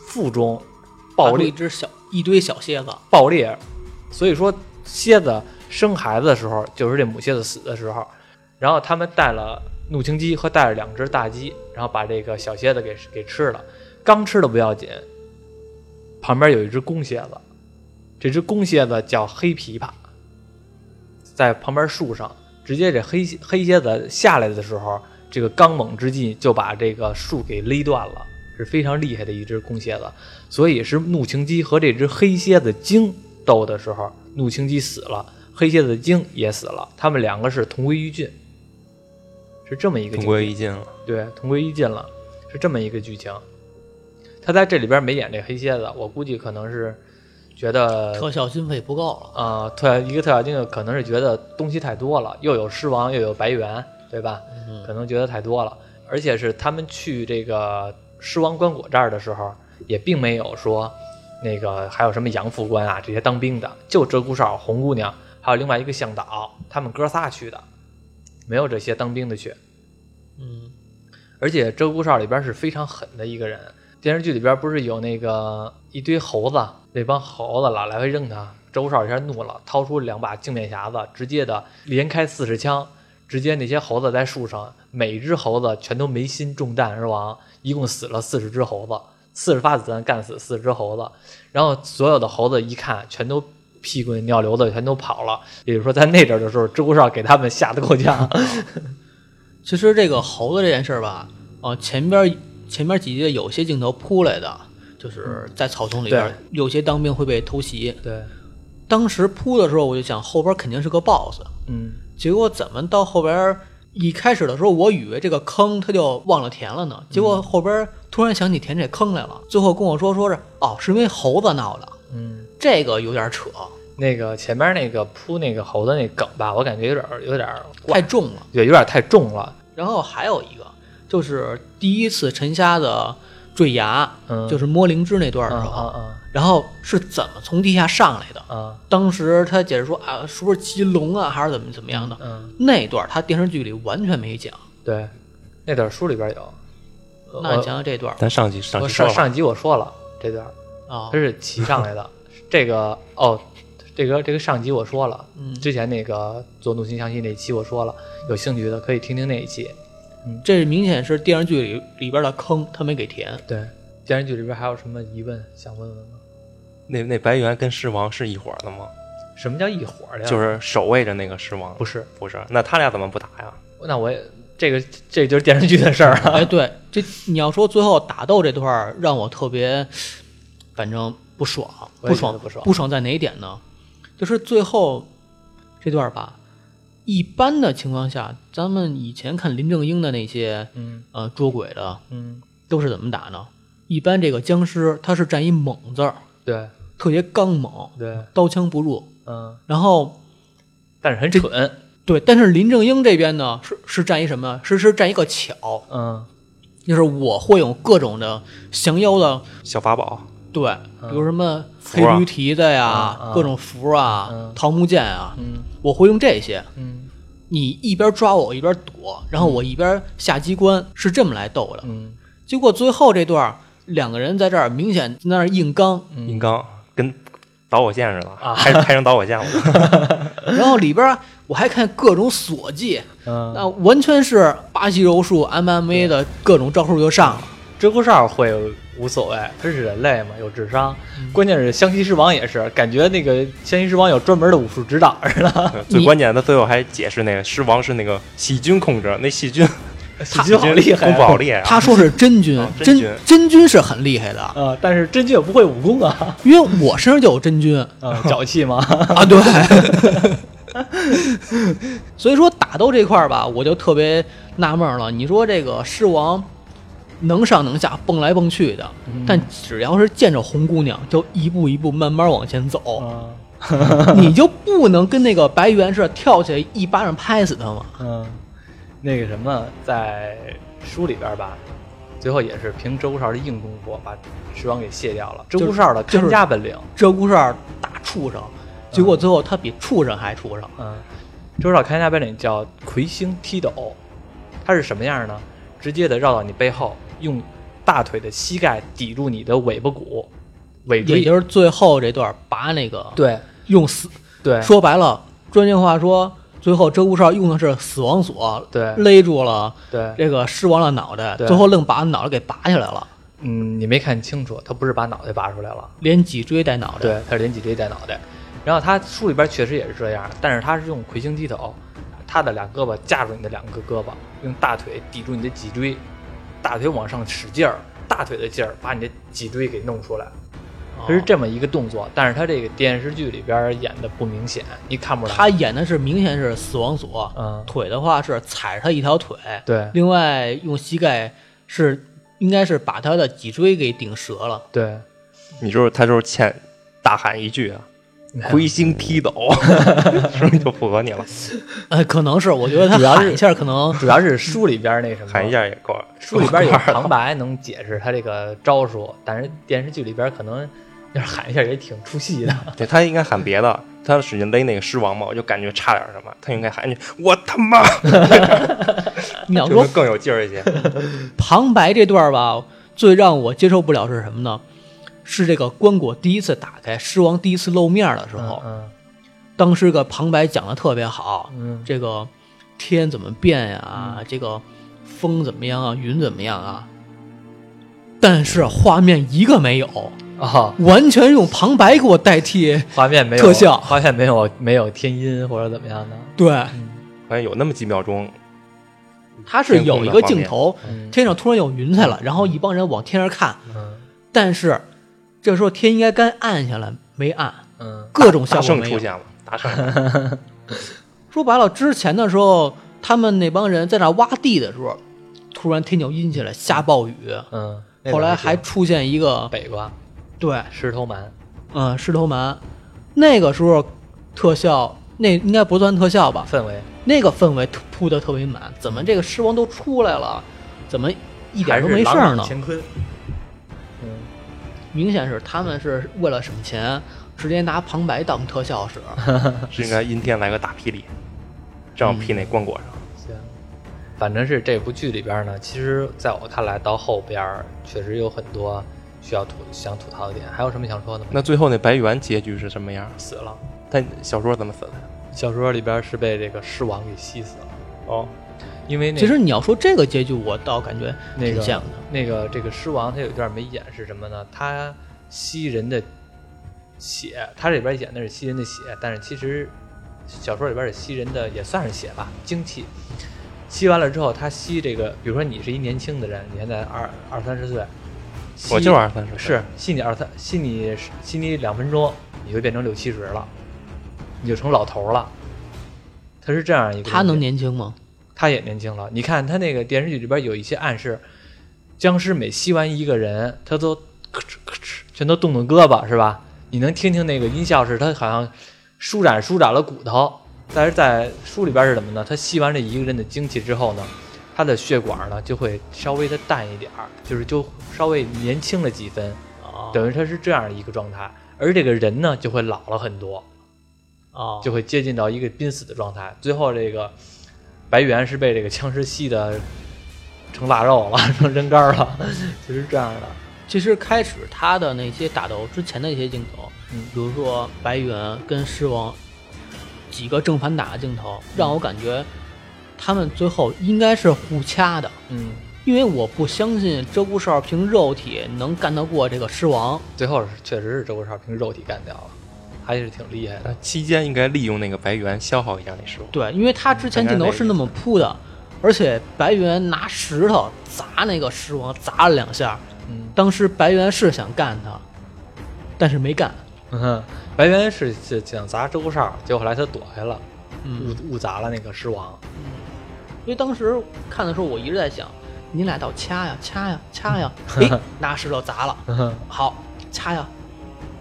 Speaker 1: 腹中
Speaker 3: 爆
Speaker 1: 爆
Speaker 3: 出
Speaker 1: 裂
Speaker 3: 一只小一堆小蝎子，
Speaker 1: 爆裂。所以说，蝎子生孩子的时候，就是这母蝎子死的时候。然后他们带了怒青鸡和带了两只大鸡，然后把这个小蝎子给给吃了。刚吃的不要紧，旁边有一只公蝎子，这只公蝎子叫黑琵琶，在旁边树上，直接这黑黑蝎子下来的时候，这个刚猛之际就把这个树给勒断了，是非常厉害的一只公蝎子。所以是怒晴姬和这只黑蝎子精斗的时候，怒晴姬死了，黑蝎子精也死了，他们两个是同归于尽，是这么一个
Speaker 2: 同
Speaker 1: 情
Speaker 2: 归于尽了。
Speaker 1: 对，同归于尽了，是这么一个剧情。他在这里边没演这黑蝎子，我估计可能是觉得
Speaker 3: 特效经费不够了。
Speaker 1: 呃，特效一个特效精可能是觉得东西太多了，又有狮王又有白猿，对吧？可能觉得太多了，而且是他们去这个狮王棺椁这儿的时候，也并没有说那个还有什么杨副官啊这些当兵的，就鹧鸪哨、红姑娘，还有另外一个向导，他们哥仨去的，没有这些当兵的去。
Speaker 3: 嗯，
Speaker 1: 而且鹧鸪哨里边是非常狠的一个人。电视剧里边不是有那个一堆猴子，那帮猴子老来回扔他，鹧鸪哨一下怒了，掏出两把镜面匣子，直接的连开四十枪，直接那些猴子在树上，每只猴子全都没心中弹而亡，一共死了四十只猴子，四十发子弹干死四十只猴子，然后所有的猴子一看，全都。屁滚尿流的全都跑了，也就是说，在那阵儿的时候，鹧鸪哨给他们吓得够呛。
Speaker 3: 其实这个猴子这件事儿吧，哦、前边前边几集有些镜头铺来的，就是在草丛里边，有些当兵会被偷袭。
Speaker 1: 对，
Speaker 3: 当时铺的时候，我就想后边肯定是个 BOSS，
Speaker 1: 嗯，
Speaker 3: 结果怎么到后边？一开始的时候，我以为这个坑他就忘了填了呢，结果后边突然想起填这坑来了。最后跟我说说是哦，是因为猴子闹的，
Speaker 1: 嗯，
Speaker 3: 这个有点扯，
Speaker 1: 那个前面那个铺那个猴子那梗吧，我感觉有点儿有点儿
Speaker 3: 太
Speaker 1: 怪，
Speaker 3: 重了。
Speaker 1: 对，有点儿太重了。
Speaker 3: 然后还有一个就是第一次沉虾的坠崖，
Speaker 1: 嗯，
Speaker 3: 就是是摸灵芝那段的时候，
Speaker 1: 啊
Speaker 3: 然后是怎么从地下上来的？
Speaker 1: 啊啊，
Speaker 3: 当时他解释说啊，是不是骑龙啊，还是怎么怎么样的？
Speaker 1: 嗯，
Speaker 3: 那段他电视剧里完全没讲，
Speaker 1: 对，那点儿书里边有。
Speaker 3: 那
Speaker 1: 我
Speaker 3: 你讲讲这段
Speaker 2: 咱上期上
Speaker 1: 我
Speaker 2: 期说
Speaker 1: 上
Speaker 2: 了，
Speaker 1: 上集我说了这段儿，
Speaker 3: 啊
Speaker 1: 它，是骑上来
Speaker 3: [laughs]
Speaker 1: 的。这个哦，这个这个上集我说了，
Speaker 3: 嗯，
Speaker 1: 之前那个做怒心相惜那期我说了，有兴趣的可以听听那一期。
Speaker 3: 这明显是电视剧里里边的坑，他没
Speaker 1: [laughs]
Speaker 3: 给填。
Speaker 1: 对，电视剧里边还有什么疑问想问问吗？
Speaker 2: 那那白猿跟狮王是一伙儿的吗？
Speaker 1: 什么叫一伙儿的呀？
Speaker 2: 就是守卫着那个狮王，
Speaker 1: 不是？
Speaker 2: 不是？那他俩怎么不打呀？
Speaker 1: 那我也这个这就是电视剧的事儿了。
Speaker 3: 哎，对，这你要说最后打斗这段儿让我特别，反正不爽，
Speaker 1: 我也
Speaker 3: 不
Speaker 1: 觉得
Speaker 3: 爽，
Speaker 1: 不爽
Speaker 3: 不爽在哪一点呢？就是最后这段儿吧，一般的情况下，咱们以前看林正英的那些
Speaker 1: 嗯
Speaker 3: 呃捉鬼的
Speaker 1: 嗯，
Speaker 3: 都是怎么打呢？一般这个僵尸他是占一猛字儿，
Speaker 1: 对
Speaker 3: 特别刚猛，
Speaker 1: 对。
Speaker 3: 刀枪不入。
Speaker 1: 嗯，
Speaker 3: 然后
Speaker 1: 但是很蠢，
Speaker 3: 对，但是林正英这边呢是是占一什么？是是占一个巧，
Speaker 1: 嗯，
Speaker 3: 就是我会有各种的降妖的
Speaker 2: 小法宝，
Speaker 3: 对，比如什么黑
Speaker 2: 符啊
Speaker 3: 驴蹄子呀
Speaker 1: 嗯嗯嗯，
Speaker 3: 各种符啊
Speaker 1: 嗯，
Speaker 3: 桃木剑啊，
Speaker 1: 嗯
Speaker 3: 我会用这些。
Speaker 1: 嗯
Speaker 3: 你一边抓我，我一边躲，然后我一边下机关，是这么来斗的。
Speaker 1: 嗯
Speaker 3: 结果最后这段儿，两个人在这儿明显在那儿硬刚，
Speaker 1: 嗯
Speaker 2: 硬刚跟导火线似的，
Speaker 1: 啊
Speaker 2: 开开成导火线 [laughs] 了。
Speaker 3: 然后里边儿我还看各种锁技，
Speaker 1: 嗯，
Speaker 3: 那完全是巴西柔术 MMA 的各种招数就上了。
Speaker 1: 鹧鸪哨会无所谓，他是人类嘛，有智商。关键是湘西狮王也是，感觉那个湘西狮王有专门的武术指导似 [laughs] 的，
Speaker 2: 对最关键的，最后还解释那个狮王是那个细菌控制，那细菌
Speaker 1: [laughs] 喜剧好厉害
Speaker 2: 功
Speaker 1: [laughs]
Speaker 2: 夫好厉害啊！
Speaker 3: 他说是真菌
Speaker 2: 啊，真
Speaker 3: 真
Speaker 2: 菌
Speaker 3: 真菌是很厉害的，
Speaker 1: 啊！但是真菌也不会武功啊，
Speaker 3: 因为我身上就有真菌
Speaker 1: 啊，脚气 [laughs] 嘛，
Speaker 3: 啊，对。 [laughs] 所以说打斗这块儿吧，我就特别纳闷儿了。你说这个狮王能上能下，蹦来蹦去的，
Speaker 1: 嗯
Speaker 3: 但只要是见着红姑娘，就一步一步慢慢往前走。
Speaker 1: 嗯
Speaker 3: [laughs] 你就不能跟那个白猿似的跳起来一巴掌拍死他吗？
Speaker 1: 嗯，那个什么，在书里边吧，最后也是凭鹧鸪哨的硬功夫把狮王给卸掉了，鹧
Speaker 3: 是
Speaker 1: 鸪哨的
Speaker 3: 就是
Speaker 1: 看家本领，
Speaker 3: 鹧鸪哨打畜生，结果最后他比畜生还畜生。
Speaker 1: 嗯，鹧鸪哨看家本领叫魁星踢斗，它是什么样呢？直接的绕到你背后，用大腿的膝盖抵住你的尾巴骨，尾
Speaker 3: 也
Speaker 1: 椎。
Speaker 3: 就是最后这段拔那个，
Speaker 1: 对
Speaker 3: 用死，
Speaker 1: 对
Speaker 3: 说白了，专业话说，最后鹧鸪哨用的是死亡锁，
Speaker 1: 对
Speaker 3: 勒住了
Speaker 1: 对，
Speaker 3: 这个狮王的脑袋，
Speaker 1: 对
Speaker 3: 最后愣把脑袋给拔下来了，
Speaker 1: 嗯，你没看清楚，他不是把脑袋拔出来了，
Speaker 3: 连脊椎带脑袋。，
Speaker 1: 对，他是连脊椎带脑袋。然后他书里边确实也是这样，但是他是用魁星踢头，他的俩胳膊架住你的两个胳膊，用大腿抵住你的脊椎，大腿往上使劲儿，大腿的劲儿把你的脊椎给弄出来，
Speaker 3: 哦
Speaker 1: 他是这么一个动作。但是他这个电视剧里边演的不明显，你看不出来。
Speaker 3: 他演的是明显是死亡锁，
Speaker 1: 嗯
Speaker 3: 腿的话是踩着他一条腿，
Speaker 1: 对
Speaker 3: 另外用膝盖是应该是把他的脊椎给顶折了。
Speaker 1: 对，
Speaker 2: 你就是他就是欠大喊一句啊，魁星踢斗，说明就符合你了，
Speaker 3: 呃，可能是我觉得他
Speaker 1: 主要是
Speaker 3: 喊一下，可能
Speaker 1: 主要是书里边那什么，
Speaker 2: 喊一下也够了。
Speaker 1: 书里边
Speaker 2: [laughs]
Speaker 1: 有旁白能解释他这个招数，但是电视剧里边可能要是喊一下也挺出戏的。
Speaker 2: 对他应该喊别的，他使劲勒那个狮王嘛，我就感觉差点什么，他应该喊一句我他妈，
Speaker 1: [laughs]
Speaker 3: 你要
Speaker 2: 就
Speaker 3: 说
Speaker 2: 能更有劲儿一些。
Speaker 3: 旁白这段吧，最让我接受不了是什么呢？是这个棺椁第一次打开，狮王第一次露面的时候，
Speaker 1: 嗯
Speaker 3: 当时个旁白讲的特别好，
Speaker 1: 嗯
Speaker 3: 这个天怎么变呀、
Speaker 2: 嗯
Speaker 3: 这个风怎么样啊？云怎么样啊？但是画面一个没有，
Speaker 1: 哦，
Speaker 3: 完全用旁白给我代替。
Speaker 1: 画面没有
Speaker 3: 特效
Speaker 1: 画面没有没有天音或者怎么样的。
Speaker 3: 对，
Speaker 2: 好像有那么几秒钟，
Speaker 3: 它是有一个镜头，
Speaker 1: 嗯
Speaker 3: 天上突然有云彩
Speaker 2: 嗯
Speaker 3: 了，然后一帮人往天上看，
Speaker 1: 嗯
Speaker 3: 但是这时候天应该该暗下来，没暗，
Speaker 1: 嗯
Speaker 3: 各种效
Speaker 2: 大
Speaker 3: 果
Speaker 2: 圣
Speaker 3: 没
Speaker 2: 出。
Speaker 3: 有
Speaker 2: 现了，大圣
Speaker 3: 说白了，之前的时候，他们那帮人在那挖地的时候，突然天就阴起来，下暴雨。
Speaker 1: 嗯，那
Speaker 3: 后
Speaker 1: 边
Speaker 3: 来
Speaker 1: 儿
Speaker 3: 还出现一个
Speaker 1: 北瓜
Speaker 3: 对，
Speaker 1: 石头蛮，
Speaker 3: 嗯，狮头蛮，那个时候特效那应该不算特效吧？
Speaker 1: 氛围
Speaker 3: 那个氛围突铺的特别满，怎么这个狮王都出来了，怎么一点
Speaker 1: 还
Speaker 3: 都
Speaker 1: 是
Speaker 3: 没事
Speaker 1: 郎
Speaker 3: 儿
Speaker 1: 朗
Speaker 3: 呢？
Speaker 1: 乾坤，嗯，
Speaker 3: 明显是他们是为了省钱，直接拿旁白当特效使。
Speaker 2: 是应该阴天来个大霹雳，正好劈那棺椁上。
Speaker 1: 行。反正是这部剧里边呢，其实在我看来，到后边儿确实有很多需要吐想吐槽的点。还有什么想说的吗？
Speaker 2: 那最后那白猿结局是什么样？
Speaker 1: 死了。
Speaker 2: 他小说怎么死的？
Speaker 1: 小说里边是被这个狮王给吸死了，
Speaker 2: 哦，
Speaker 1: 因 [laughs] 为那
Speaker 3: 其实你要说这个结局，我倒感觉
Speaker 1: 那
Speaker 3: 挺像
Speaker 1: 个
Speaker 3: 的。
Speaker 1: 那个这个狮王他有一段没演是什么呢？他吸人的血，他这里边演的是吸人的血，但是其实小说里边是吸人的也算是血吧，精气。吸完了之后，他吸这个，比如说你是一年轻的人，你现在二二三十岁，吸
Speaker 2: 我就是二三十岁，
Speaker 1: 是吸你二三吸你吸你两分钟，你就变成六七十了，你就成老头了。他是这样一个东西，
Speaker 3: 他能年轻吗？
Speaker 1: 他也年轻了。你看他那个电视剧里边有一些暗示，僵尸每吸完一个人，他都咯吱咯吱，全都动动胳膊，是吧？你能听听那个音效是，他好像舒展舒展了骨头。但是在书里边是什么呢？他吸完这一个人的精气之后呢，他的血管呢就会稍微的淡一点儿，就是就稍微年轻了几分。
Speaker 3: 啊，
Speaker 1: 等于他是这样一个状态，而这个人呢就会老了很多，
Speaker 3: 啊，
Speaker 1: 就会接近到一个濒死的状态。最后这个白猿是被这个僵尸吸的成腊肉了，成人干了， [laughs] 就是这样的。
Speaker 3: 其实开始他的那些打斗之前的一些镜头，
Speaker 1: 嗯
Speaker 3: 比如说白猿跟狮王几个正反打的镜头，让我感觉他们最后应该是互掐的，
Speaker 1: 嗯，
Speaker 3: 因为我不相信鹧鸪哨凭肉体能干得过这个狮王。
Speaker 1: 最后是确实是周国超凭肉体干掉了，还是挺厉害的。
Speaker 2: 他期间应该利用那个白猿消耗一下那石头。
Speaker 3: 对，因为他之前镜头是那么铺的，而且白猿拿石头砸那个狮王砸了两下，
Speaker 1: 嗯
Speaker 3: 当时白猿是想干他，但是没干。
Speaker 1: 嗯哼，白猿是是想砸周国超，结果后来他躲开了，
Speaker 3: 嗯，
Speaker 1: 误误砸了那个狮王。
Speaker 3: 因为当时看的时候，我一直在想，你俩到掐呀掐呀掐 [laughs] 呀，哎，拿石头砸了，
Speaker 1: 嗯哼
Speaker 3: 好掐呀，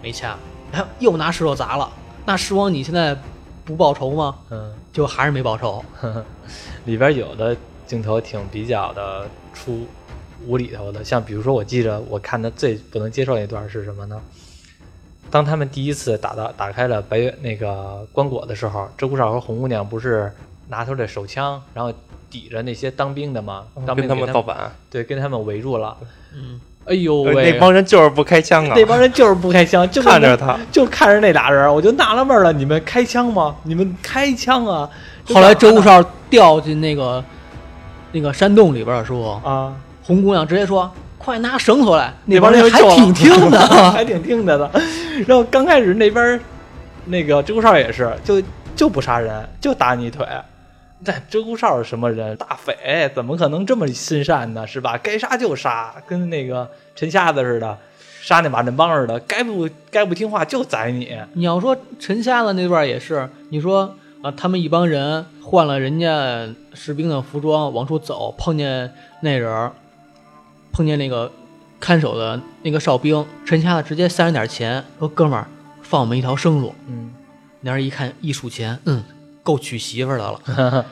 Speaker 3: 没掐，然后又拿石头砸了，那狮王你现在不报仇吗？
Speaker 1: 嗯。
Speaker 3: 结果还是没报仇，
Speaker 1: [laughs] 里边有的镜头挺比较的出无厘头的，像比如说，我记着我看的最不能接受那段是什么呢？当他们第一次打到打开了白月那个棺椁的时候，鹧鸪哨和红姑娘不是拿出来手枪，然后抵着那些当兵的吗？当兵
Speaker 2: 嗯跟他
Speaker 1: 给
Speaker 2: 们造反，
Speaker 1: 对，跟他们围住了。
Speaker 3: 嗯，
Speaker 1: 哎呦
Speaker 2: 呃
Speaker 1: 喂，
Speaker 2: 那帮人就是不开枪啊，
Speaker 1: 那帮人就是不开枪，就
Speaker 2: 看着他，
Speaker 1: 就看着那俩人，我就纳了闷儿了，你们开枪吗？你们开枪啊？
Speaker 3: 后来鹧鸪哨掉进那个那个山洞里边的时候，
Speaker 1: 啊，
Speaker 3: 红姑娘直接说：“快拿绳索来！”
Speaker 1: 那
Speaker 3: 帮
Speaker 1: 帮人
Speaker 3: 人还
Speaker 1: 就救了
Speaker 3: 挺
Speaker 1: [laughs]
Speaker 3: 听的，啊 [laughs]
Speaker 1: 还挺听的呢。然后刚开始那边儿那个鹧鸪哨也是，就就不杀人，就打你一腿。那鹧鸪哨是什么人？大匪怎么可能这么心善呢？是吧？该杀就杀，跟那个陈瞎子似的，杀那马振邦似的，该不该不听话就宰你。
Speaker 3: 你要说陈瞎子那段也是，你说啊，他们一帮人换了人家士兵的服装往出走，碰见那人儿，碰见那个看守的那个哨兵，陈瞎子直接塞人点钱，说：“哥们儿，放我们一条生路。
Speaker 1: 嗯，”
Speaker 3: 那人一看一数钱，嗯，够娶媳妇儿的了。 [laughs]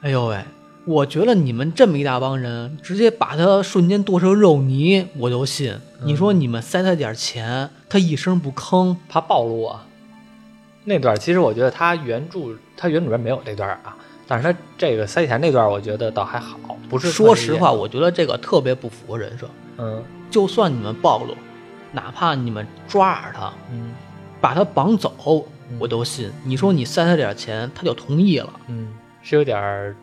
Speaker 3: 哎呦喂！我觉得你们这么一大帮人，直接把他瞬间剁成肉泥，我就信。你说你们塞他点钱，他一声不吭，
Speaker 1: 怕暴露啊。那段其实我觉得他原著他原主编没有这段啊，但是他这个塞钱那段我觉得倒还好，不是
Speaker 3: 说
Speaker 1: 特意
Speaker 3: 实话，，我觉得这个特别不符合人设。
Speaker 1: 嗯
Speaker 3: 就算你们暴露，哪怕你们抓着他，
Speaker 1: 嗯
Speaker 3: 把他绑走，
Speaker 1: 嗯
Speaker 3: 我都信。你说你塞他点钱，他就同意了。
Speaker 1: 嗯，是有点儿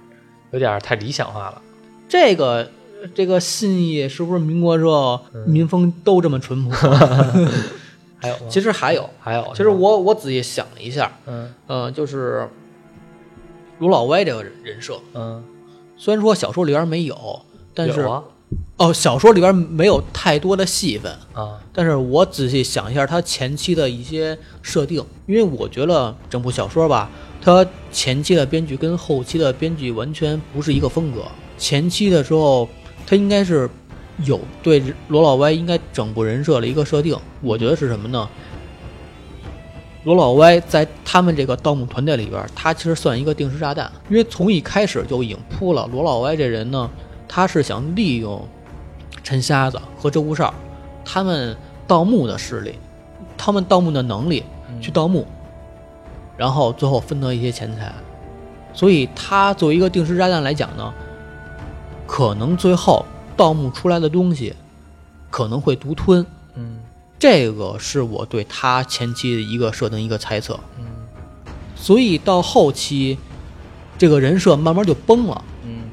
Speaker 1: 有点儿太理想化了。
Speaker 3: 这个这个信义是不是民国之后
Speaker 1: 嗯
Speaker 3: 民风都这么淳朴？
Speaker 1: [laughs] 还有吗？
Speaker 3: 其实还有，
Speaker 1: 还有，
Speaker 3: 其实我我仔细想了一下，
Speaker 1: 嗯
Speaker 3: 呃，就是卢老歪这个人人设，
Speaker 1: 嗯，
Speaker 3: 虽然说小说里边没有，但是
Speaker 1: 有啊
Speaker 3: 哦，小说里边没有太多的戏份。
Speaker 1: 啊
Speaker 3: 但是我仔细想一下它前期的一些设定，因为我觉得整部小说吧，它前期的编剧跟后期的编剧完全不是一个风格。前期的时候，它应该是有对罗老歪应该整部人设的一个设定，我觉得是什么呢？罗老歪在他们这个盗墓团队里边儿，他其实算一个定时炸弹，因为从一开始就已经铺了罗老歪这人呢，他是想利用陈瞎子和鹧鸪哨他们盗墓的势力，他们盗墓的能力去盗墓，然后最后分得一些钱财。所以他作为一个定时炸弹来讲呢，可能最后盗墓出来的东西可能会独吞，
Speaker 1: 嗯
Speaker 3: 这个是我对他前期的一个设定一个猜测。
Speaker 1: 嗯
Speaker 3: 所以到后期，这个人设慢慢就崩了。
Speaker 1: 嗯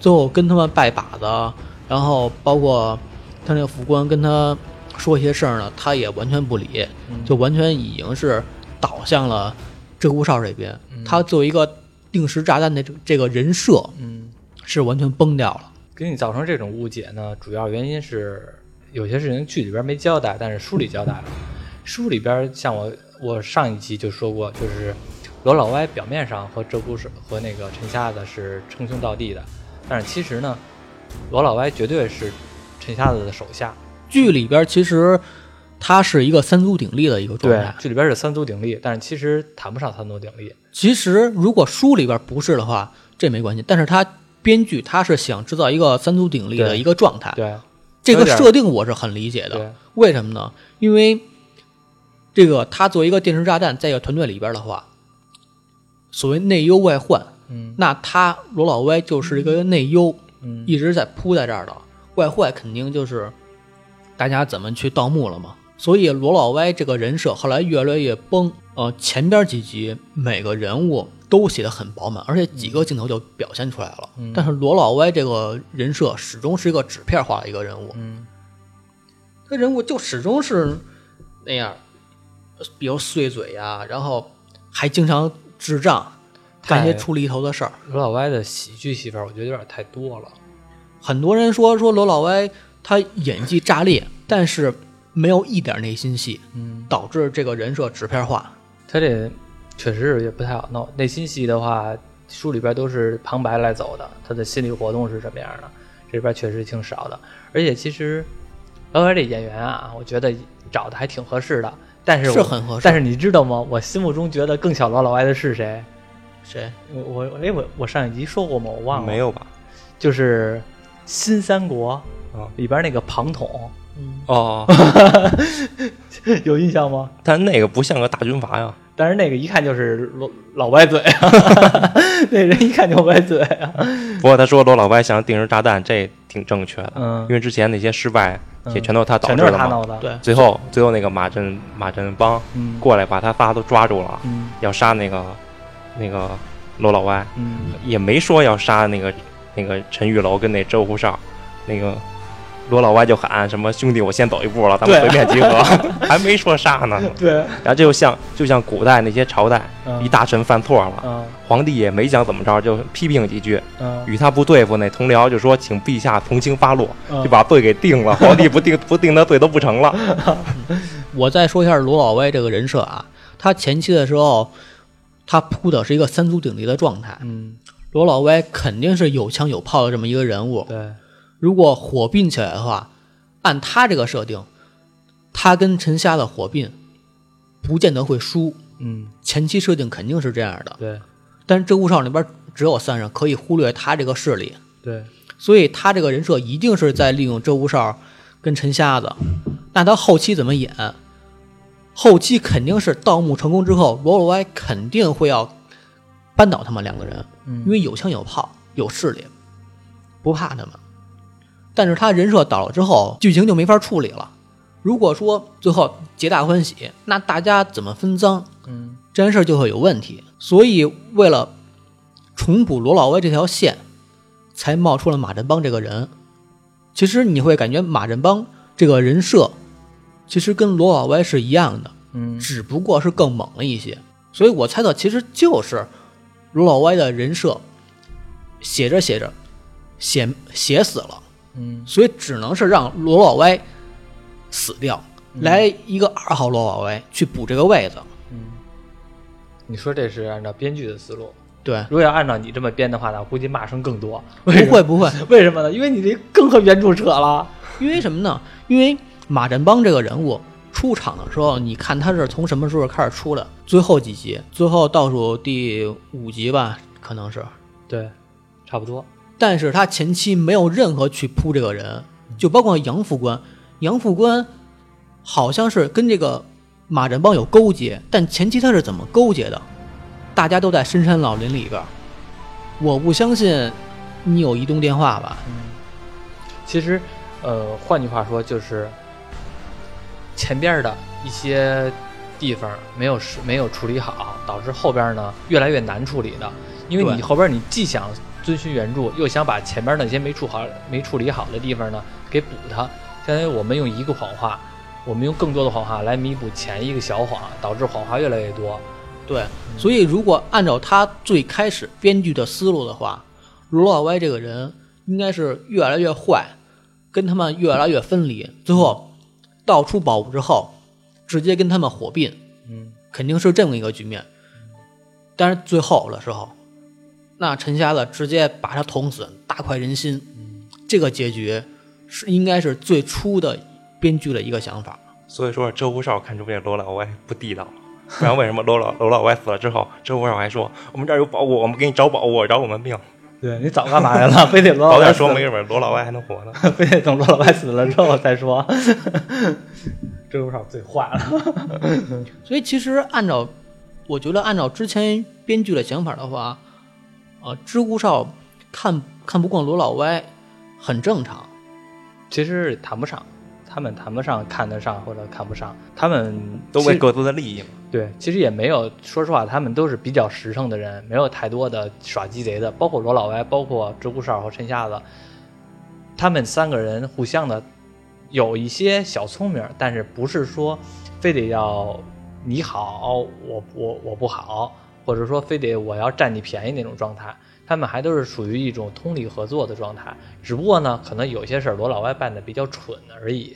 Speaker 3: 最后跟他们拜把子，然后包括他那个副官跟他说一些事儿呢，他也完全不理，
Speaker 1: 嗯
Speaker 3: 就完全已经是倒向了鹧鸪哨这边。他作为一个定时炸弹的这这个人设
Speaker 1: 嗯，
Speaker 3: 是完全崩掉了。
Speaker 1: 给你造成这种误解呢，主要原因是有些事情剧里边没交代，但是书里交代了。书里边像我我上一集就说过，就是罗老歪表面上和鹧鸪是和那个陈瞎子是称兄道弟的，但是其实呢，罗老歪绝对是陈瞎子的手下。
Speaker 3: 剧里边其实他是一个三足鼎立的一个状态。
Speaker 1: 剧里边是三足鼎立，但是其实谈不上三足鼎立。
Speaker 3: 其实如果书里边不是的话，这没关系，但是他。编剧他是想制造一个三足鼎立的
Speaker 1: 对
Speaker 3: 一个状态，
Speaker 1: 对，
Speaker 3: 这
Speaker 1: 有
Speaker 3: 个
Speaker 1: 点儿
Speaker 3: 设定我是很理解的。
Speaker 1: 对，
Speaker 3: 为什么呢？因为这个他作为一个定时炸弹，在一个团队里边的话，所谓内忧外患，
Speaker 1: 嗯
Speaker 3: 那他罗老歪就是一个内忧，
Speaker 1: 嗯
Speaker 3: 一直在扑在这儿的。外患肯定就是大家怎么去盗墓了嘛。所以罗老歪这个人设后来越来越崩。呃，前边几集每个人物都写得很饱满，而且几个镜头就表现出来了。
Speaker 1: 嗯
Speaker 3: 但是罗老歪这个人设始终是一个纸片化的一个人物，
Speaker 1: 嗯
Speaker 3: 这人物就始终是那样，比如碎嘴呀、然后还经常智障，干一些
Speaker 1: 太
Speaker 3: 出离头的事儿。
Speaker 1: 罗老歪的喜剧戏份儿我觉得有点太多了。
Speaker 3: 很多人说说罗老歪他演技炸裂，但是没有一点内心戏，
Speaker 1: 嗯，
Speaker 3: 导致这个人设纸片化。
Speaker 1: 他这确实也不太好弄。内心戏的话，书里边都是旁白来走的，他的心理活动是什么样的，这边确实挺少的。而且其实老外这演员啊，我觉得找的还挺合适的，但是我
Speaker 3: 是很合适
Speaker 1: 但是你知道吗？我心目中觉得更小老老外的是谁？
Speaker 3: 谁？
Speaker 1: 我我哎我我上一集说过吗？我忘了，
Speaker 2: 没，有吧？
Speaker 1: 就是新三国
Speaker 2: 啊
Speaker 1: 里边那个庞统， [laughs]
Speaker 3: 嗯，
Speaker 2: [laughs] 哦，
Speaker 1: 有印象吗？
Speaker 2: 但那个不像个大军阀呀。
Speaker 1: 但是那个一看就是老老歪嘴 [laughs] 啊，那人一看就歪嘴啊。
Speaker 2: 不过他说罗老歪想定时炸弹，这挺正确的，
Speaker 1: 嗯
Speaker 2: 因为之前那些失败也嗯全都是他导
Speaker 1: [laughs] 全
Speaker 2: 致
Speaker 1: 都是
Speaker 2: 的
Speaker 1: 他
Speaker 2: 嘛。
Speaker 1: 闹的。，
Speaker 3: 对，
Speaker 2: 最后，最后那个马振马振邦
Speaker 1: 嗯，
Speaker 2: 过来把他仨都抓住了，
Speaker 1: 嗯
Speaker 2: 要杀那个那个罗老歪，
Speaker 1: 嗯
Speaker 2: 也没说要杀那个那个陈玉楼跟那周胡哨，那个罗老歪就喊什么兄弟，我先走一步了，咱们
Speaker 1: 对
Speaker 2: 随便集 [laughs] 合，还没说杀呢。
Speaker 1: 对，
Speaker 2: 然后这就像就像古代那些朝代，
Speaker 1: 嗯
Speaker 2: 一大臣犯错了，
Speaker 1: 嗯
Speaker 2: 皇帝也没想怎么着，就批评几句，
Speaker 1: 嗯
Speaker 2: 与他不对付那同僚就说请陛下从轻发落，
Speaker 1: 嗯
Speaker 2: 就把罪给
Speaker 1: [laughs]
Speaker 2: 定了，皇帝不定不定他罪都不成了。
Speaker 3: 我再说一下罗老歪这个人设啊，他前期的时候，他铺的是一个三足鼎立的状态。
Speaker 1: 嗯，
Speaker 3: 罗老歪肯定是有枪有炮的这么一个人物，
Speaker 1: 对，
Speaker 3: 如果火并起来的话，按他这个设定，他跟陈虾的火并不见得会输。
Speaker 1: 嗯
Speaker 3: 前期设定肯定是这样的，
Speaker 1: 对
Speaker 3: 但是这物少那边只有三人，可以忽略他这个势力，
Speaker 1: 对，
Speaker 3: 所以他这个人设一定是在利用周无少跟陈瞎子。那他后期怎么演？后期肯定是盗墓成功之后，罗罗歪肯定会要扳倒他们两个人，
Speaker 1: 嗯
Speaker 3: 因为有枪有炮有势力，不怕他们。但是他人设倒了之后，剧情就没法处理了。如果说最后皆大欢喜，那大家怎么分赃？
Speaker 1: 嗯
Speaker 3: 这件事儿就会有问题。所以为了重补罗老歪这条线，才冒出了马振邦这个人。其实你会感觉马振邦这个人设，其实跟罗老歪是一样的，
Speaker 1: 嗯
Speaker 3: 只不过是更猛了一些。所以我猜测，其实就是罗老歪的人设写着写着写写死了，
Speaker 1: 嗯
Speaker 3: 所以只能是让罗老歪死掉，来一个二号罗老歪去补这个位子。
Speaker 1: 嗯，你说这是按照编剧的思路，
Speaker 3: 对，
Speaker 1: 如果要按照你这么编的话呢，我估计骂声更多。 [laughs]
Speaker 3: 不
Speaker 1: 为什
Speaker 3: 会
Speaker 1: 么？
Speaker 3: 不会，
Speaker 1: 为什么呢？因为你这更和原著扯了。
Speaker 3: 因为什么呢？因为马振邦这个人物出场的时候，你看他是从什么时候开始出的？最后几集，最后倒数第五集吧，可能是。
Speaker 1: 对，差不多。
Speaker 3: 但是他前期没有任何去铺这个人，就包括杨副官，杨副官好像是跟这个马振邦有勾结，但前期他是怎么勾结的？大家都在深山老林里边儿，我不相信你有移动电话吧？
Speaker 1: 其实，呃，换句话说，就是前边儿的一些地方没有是没有处理好，导致后边儿呢越来越难处理的。因为
Speaker 3: 对
Speaker 1: 你后边儿你既想遵循原著，又想把前边儿那些没处好、没处理好的地方呢给补它，相当于我们用一个谎话，我们用更多的谎话来弥补前一个小谎，导致谎话越来越多。
Speaker 3: 对，所以如果按照他最开始编剧的思路的话，罗老歪这个人应该是越来越坏，跟他们越来越分离，最后道出宝物之后，直接跟他们火并，
Speaker 1: 嗯
Speaker 3: 肯定是这么一个局面。但是最后的时候，那陈瞎子直接把他捅死，大快人心。这个结局是应该是最初的编剧的一个想法。
Speaker 2: 所以说周胡哨看出这罗老歪不地道了。 [laughs] 不然为什么罗老罗老歪死了之后，周胡哨还说我们这儿有宝物，我们给你找宝物，饶我们命。
Speaker 1: 对你早干嘛去了？ [laughs] 非得罗老
Speaker 2: 早
Speaker 1: 歪
Speaker 2: 点
Speaker 1: 死
Speaker 2: 说，
Speaker 1: 了
Speaker 2: 没准儿罗老外还能活呢。
Speaker 1: 非得等罗老歪死了之后再说。 [laughs] 这有少最坏了。
Speaker 3: 所以其实按照，我觉得按照之前编剧的想法的话，呃，知乎少看看不惯罗老歪，很正常。
Speaker 1: 其实谈不上，他们谈不上看得上或者看不上，他们
Speaker 2: [laughs] 都
Speaker 1: 其
Speaker 2: 为
Speaker 1: 实
Speaker 2: 各自的利益 [laughs] 嘛。
Speaker 1: 对，其实也没有，说实话，他们都是比较实诚的人，没有太多的耍鸡贼的。包括罗老歪，包括知乎少和陈瞎子，他们三个人互相的有一些小聪明，但是不是说非得要你好，我我我不好，或者说非得我要占你便宜那种状态。他们还都是属于一种通力合作的状态，只不过呢，可能有些事儿罗老歪办的比较蠢而已。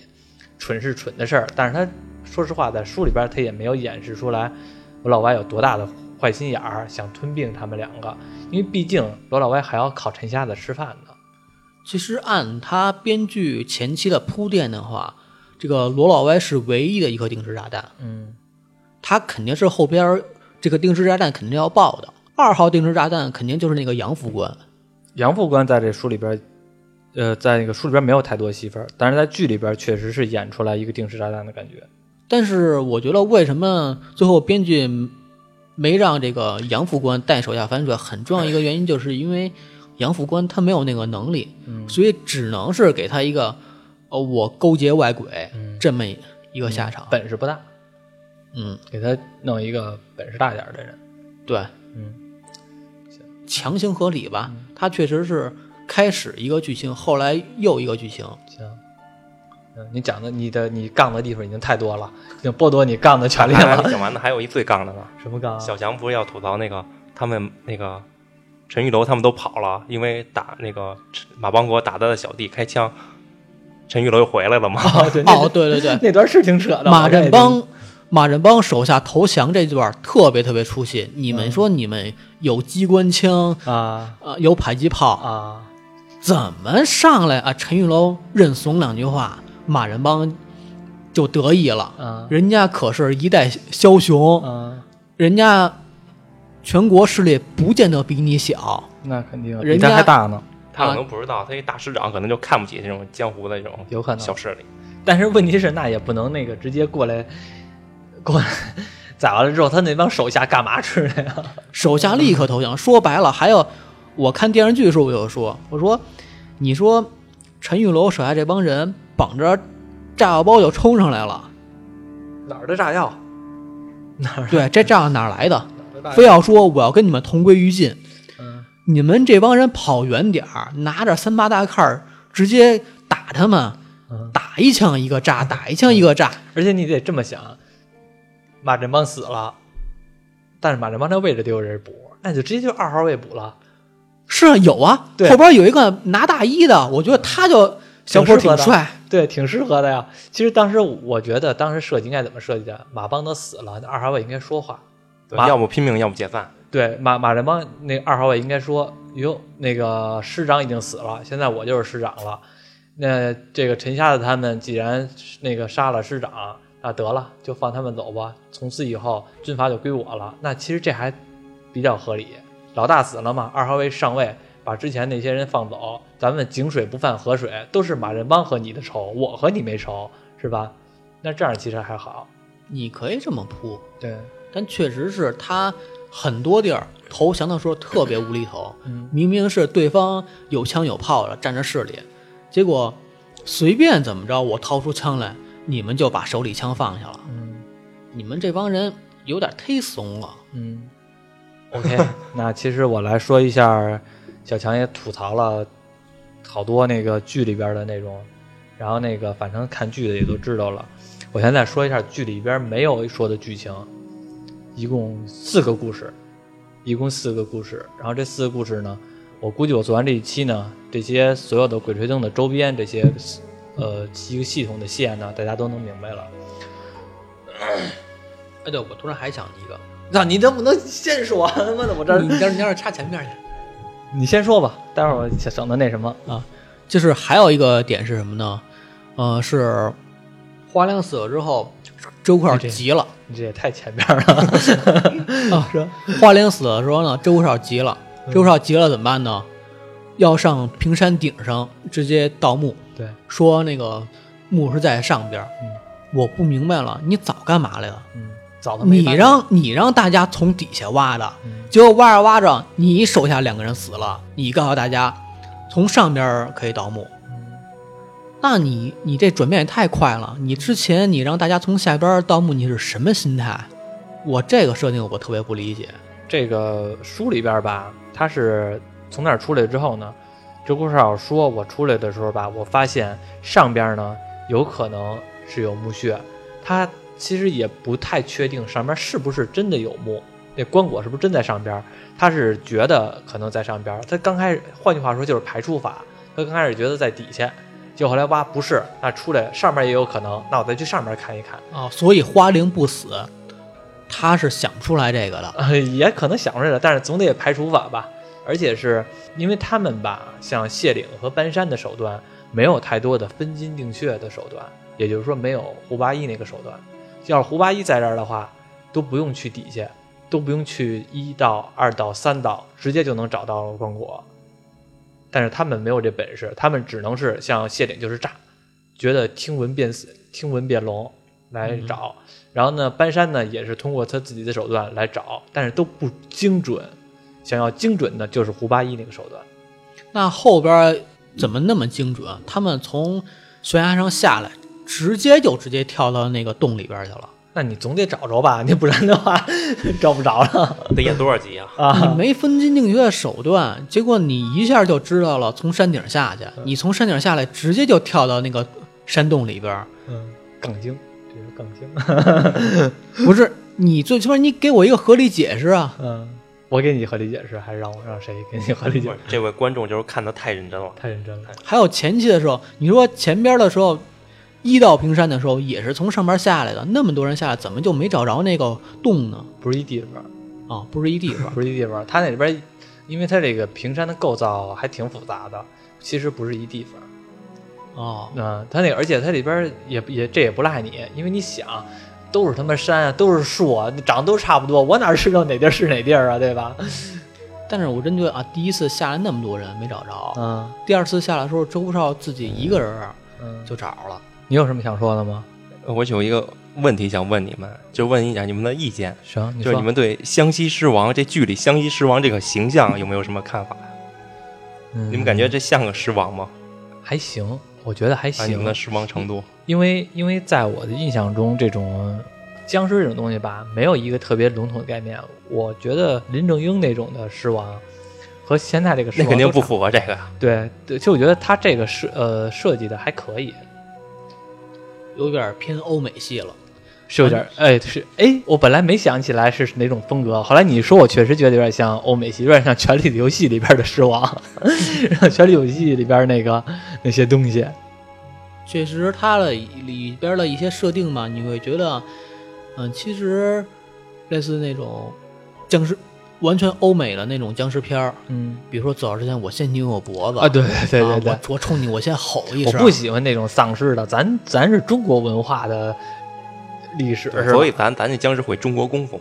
Speaker 1: 蠢是蠢的事儿，但是他说实话，在书里边他也没有掩饰出来罗老歪有多大的坏心眼儿，想吞并他们两个，因为毕竟罗老歪还要靠陈瞎子吃饭呢。
Speaker 3: 其实按他编剧前期的铺垫的话，这个罗老歪是唯一的一颗定时炸弹，
Speaker 1: 嗯，
Speaker 3: 他肯定是后边儿这个定时炸弹肯定要爆的。二号定时炸弹肯定就是那个杨副官，
Speaker 1: 杨副官在这书里边，呃，在那个书里边没有太多戏份儿，但是在剧里边确实是演出来一个定时炸弹的感觉。
Speaker 3: 但是我觉得为什么最后编剧没让这个杨副官带手下反转，很重要一个原因就是因为杨副官他没有那个能力，
Speaker 1: 嗯
Speaker 3: 所以只能是给他一个呃我勾结外鬼
Speaker 1: 嗯
Speaker 3: 这么一个下场。
Speaker 1: 本事不大，
Speaker 3: 嗯，
Speaker 1: 给他弄一个本事大点儿的人。
Speaker 3: 对，
Speaker 1: 嗯，
Speaker 3: 强行合理吧，他确实是开始一个剧情，后来又一个剧情。
Speaker 1: 行。嗯，你讲的你的你杠的地方已经太多了，已经剥夺你杠的权利
Speaker 2: 还没
Speaker 1: 了。
Speaker 2: 讲完呢，还有一最杠的呢。
Speaker 1: [laughs] 什么杠啊？
Speaker 2: 小强不是要吐槽那个他们那个陈玉楼他们都跑了，因为打那个马邦国打他的小弟开枪，陈玉楼又回来了嘛。
Speaker 1: 哦，对，那
Speaker 3: 哦，对对对，
Speaker 1: [laughs] 那段是挺扯的。
Speaker 3: 马
Speaker 1: 我这也
Speaker 3: 振邦，马振邦手下投降这段特别特别出戏。你
Speaker 1: 嗯
Speaker 3: 们说你们有机关枪，
Speaker 1: 啊
Speaker 3: 呃，有迫击炮，
Speaker 1: 啊，
Speaker 3: 怎么上来啊？陈玉楼认怂两句话，马振邦就得意了。
Speaker 1: 嗯
Speaker 3: 人家可是一代枭雄，
Speaker 1: 嗯，
Speaker 3: 人家全国势力不见得比你小。
Speaker 1: 那肯定
Speaker 3: 人家
Speaker 1: 大呢。
Speaker 2: [laughs] 他可能不知道，他一大师长可能就看不起这种江湖的这种
Speaker 1: 有可能
Speaker 2: 小势力。
Speaker 1: 但是问题是，那也不能那个直接过来，过来宰完了之后，他那帮手下干嘛吃的呀？
Speaker 3: 手下立刻投降。说白了，还有我看电视剧的时候我就说，我说你说陈玉楼手下这帮人绑着炸药包就冲上来了，
Speaker 1: 哪儿的炸药？
Speaker 3: 对，这炸药哪儿来的？
Speaker 1: 哪儿的炸
Speaker 3: 非
Speaker 1: 药？
Speaker 3: 要说我要跟你们同归于尽，
Speaker 1: 嗯
Speaker 3: 你们这帮人跑远点儿，拿着三八大盖儿直接打他们，
Speaker 1: 嗯，
Speaker 3: 打一枪一个炸，打一枪一个炸。
Speaker 1: 而且你得这么想，马振邦死了，但是马振邦这位置得有人补，那就直接就二号位补了。
Speaker 3: 是啊，有啊，
Speaker 1: 对
Speaker 3: 后边有一个拿大衣的，我觉得他就小伙儿
Speaker 1: 挺适合的
Speaker 3: 挺帅，
Speaker 1: 对，挺适合的呀。其实当时我觉得，当时设计应该怎么设计的？马邦德死了，那二号位应该说话。
Speaker 2: 对
Speaker 1: 马
Speaker 2: 要么拼命，要么解散。
Speaker 1: 对，马马振邦那二号位应该说，哟，那个师长已经死了，现在我就是师长了。那这个陈瞎子他们既然那个杀了师长，那得了，就放他们走吧。从此以后军阀就归我了。那其实这还比较合理。老大死了嘛，二号位上位，把之前那些人放走，咱们井水不犯河水，都是马振邦和你的仇，我和你没仇，是吧？那这样其实还好。
Speaker 3: 你可以这么铺。
Speaker 1: 对，
Speaker 3: 但确实是他很多地儿投降的时候特别无厘头，
Speaker 1: 嗯
Speaker 3: 明明是对方有枪有炮的占着势力，结果随便怎么着我掏出枪来，你们就把手里枪放下了，
Speaker 1: 嗯
Speaker 3: 你们这帮人有点忒怂了。
Speaker 1: 嗯。OK，那 [laughs] 其实我来说一下，小强也吐槽了好多那个剧里边的内容，然后那个反正看剧的也都知道了。我现在说一下剧里边没有说的剧情，一共四个故事，一共四个故事。然后这四个故事呢，我估计我做完这一期呢，这些所有的鬼吹灯的周边这些呃一个系统的线呢，大家都能明白了。
Speaker 3: 哎，对，我突然还想一个，
Speaker 1: 那你能不能先说？啊 [laughs] 他妈的，我这
Speaker 3: 你要你要是插前面去
Speaker 1: 你先说吧，待会儿我省得那什么。
Speaker 3: 啊，就是还有一个点是什么呢？呃，是花亮死了之后，周克尔
Speaker 1: 对
Speaker 3: 急了。
Speaker 1: 你这也太前边了，
Speaker 3: [laughs]
Speaker 1: 嗯
Speaker 3: 啊，是花灵死的时候呢，周少急了，周少急了怎么办呢？要上平山顶上直接盗墓，
Speaker 1: 对，
Speaker 3: 说那个墓是在上边儿。
Speaker 1: 嗯
Speaker 3: 我不明白了，你早干嘛来了？
Speaker 1: 嗯，早都没
Speaker 3: 你
Speaker 1: 办法
Speaker 3: 让你让大家从底下挖的，
Speaker 1: 嗯
Speaker 3: 结果挖着挖着，你手下两个人死了，你告诉大家从上边儿可以盗墓，
Speaker 1: 嗯
Speaker 3: 那你你这转变也太快了。你之前你让大家从下边儿盗墓，你是什么心态？我这个设定我特别不理解。
Speaker 1: 这个书里边吧，他是从那儿出来之后呢，鹧鸪哨说，我出来的时候吧，我发现上边呢有可能是有墓穴，他其实也不太确定上边是不是真的有墓，那棺椁是不是真在上边，他是觉得可能在上边，他刚开始，换句话说就是排除法，他刚开始觉得在底下。结果后来挖不是，那出来上面也有可能，那我再去上面看一看，
Speaker 3: 啊，所以花灵不死，他是想不出来这个的。
Speaker 1: 呃，也可能想出来了，但是总得排除法吧。而且是因为他们吧，像谢岭和搬山的手段，没有太多的分金定穴的手段，也就是说没有胡八一那个手段。要是胡八一在这儿的话，都不用去底下，都不用去一道、二道、三道，直接就能找到棺椁。但是他们没有这本事，他们只能是像谢顶就是炸，觉得听闻辨色听闻辨龙来找。然后呢，搬山呢也是通过他自己的手段来找，但是都不精准。想要精准的，就是胡八一那个手段。
Speaker 3: 那后边儿怎么那么精准？他们从悬崖上下来，直接就直接跳到那个洞里边儿去了。
Speaker 1: 那你总得找着吧，你不然的话 [laughs] 找不着 [laughs] 了
Speaker 2: 得演多少 [laughs] 集啊？
Speaker 1: 啊。
Speaker 3: 你没分金定穴的手段，结果你一下就知道了从山顶下去。你从山顶下来，直接就跳到那个山洞里边儿。
Speaker 1: 嗯，杠精，这是杠精。
Speaker 3: 不是你最起码你给我一个合理解释啊！
Speaker 1: 嗯，我给你合理解释，还是让我让谁给你合理解释？
Speaker 2: 这位观众就是看的太认真了，
Speaker 1: [laughs] 太认真了。
Speaker 3: 还有前期的时候，你说前边的时候，一到平山的时候也是从上边下来的，那么多人下来，怎么就没找着那个洞呢？
Speaker 1: 不是一地方，
Speaker 3: 啊，不是一地方。
Speaker 1: 不是一地方。它那里边，因为它这个平山的构造还挺复杂的，其实不是一地方。
Speaker 3: [laughs] 哦，
Speaker 1: 嗯，它那个而且它里边也也这也不赖你，因为你想，都是他妈山啊，都是树啊，长得都差不多，我哪知道哪地儿是哪地儿啊，对吧？
Speaker 3: 但是我真觉得啊，第一次下来那么多人没找着，
Speaker 1: 嗯
Speaker 3: 第二次下来的时候，周顾少自己一个人儿
Speaker 1: 嗯，
Speaker 3: 就找着了。
Speaker 1: 你有什么想说的吗？
Speaker 2: 呃我有一个问题想问你们，就问一下你们的意见，
Speaker 1: 行，
Speaker 2: 就是你们对湘西狮王这剧里湘西狮王这个形象有没有什么看法呀？你们感觉这像个狮王吗？
Speaker 1: 嗯还行？我觉得还
Speaker 2: 啊按你
Speaker 1: 行嗯
Speaker 2: 们的，狮王程度，
Speaker 1: 因为因为在我的印象中，这种僵尸这种东西吧，没有一个特别笼统的概念。我觉得林正英那种的狮王和现在这个狮
Speaker 2: 那
Speaker 1: 王
Speaker 2: 肯定
Speaker 1: 都
Speaker 2: 不
Speaker 1: 差
Speaker 2: 符合这个呀。
Speaker 1: 对，对，其实我觉得他这个设呃设计的还可以，
Speaker 3: 有点偏欧美系了。
Speaker 1: 是有点儿哎是哎，我本来没想起来是哪种风格，后来你说我确实觉得有点像欧美系，有点像《权力的游戏》里边的狮王，《权力游戏》里边那个那些东西。
Speaker 3: 确实，它的里边的一些设定嘛，你会觉得，嗯、其实类似那种僵尸，完全欧美的那种僵尸片儿，
Speaker 1: 嗯
Speaker 3: 比如说走到之前我先拧我脖子
Speaker 1: 啊，对对对
Speaker 3: 啊
Speaker 1: 对对，
Speaker 3: 我我冲你，我先吼一
Speaker 1: 我
Speaker 3: 声，
Speaker 1: 不喜欢那种丧尸的，咱咱是中国文化的历史，是吧
Speaker 2: 所以咱咱这僵尸会中国功夫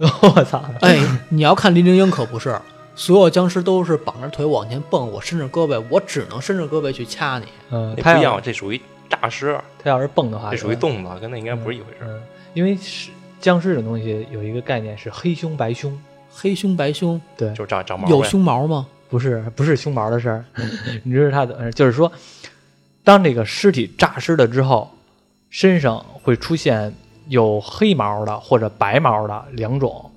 Speaker 2: 嘛？
Speaker 1: [laughs] 我操，
Speaker 3: 哎，你要看林正英可不是，所有僵尸都是绑着腿往前蹦，我伸着胳膊，我只能伸着胳膊去掐你。
Speaker 1: 嗯，
Speaker 2: 那
Speaker 1: 他
Speaker 2: 不一
Speaker 1: 要
Speaker 2: 样，这属于诈尸，
Speaker 1: 他要是蹦的话，
Speaker 2: 这属于
Speaker 1: 动。
Speaker 2: 动作，跟那应该不是一回事儿。
Speaker 1: 嗯，因为是僵尸这种东西有一个概念是黑胸白胸，
Speaker 3: 黑胸白胸
Speaker 1: 对，
Speaker 2: 就是长长毛
Speaker 3: 有
Speaker 2: 呗。
Speaker 3: 胸毛吗？
Speaker 1: 不是不是胸毛的事 [laughs] 儿，你知道他的，就是说，当这个尸体诈尸了之后，身上会出现有黑毛的或者白毛的两种，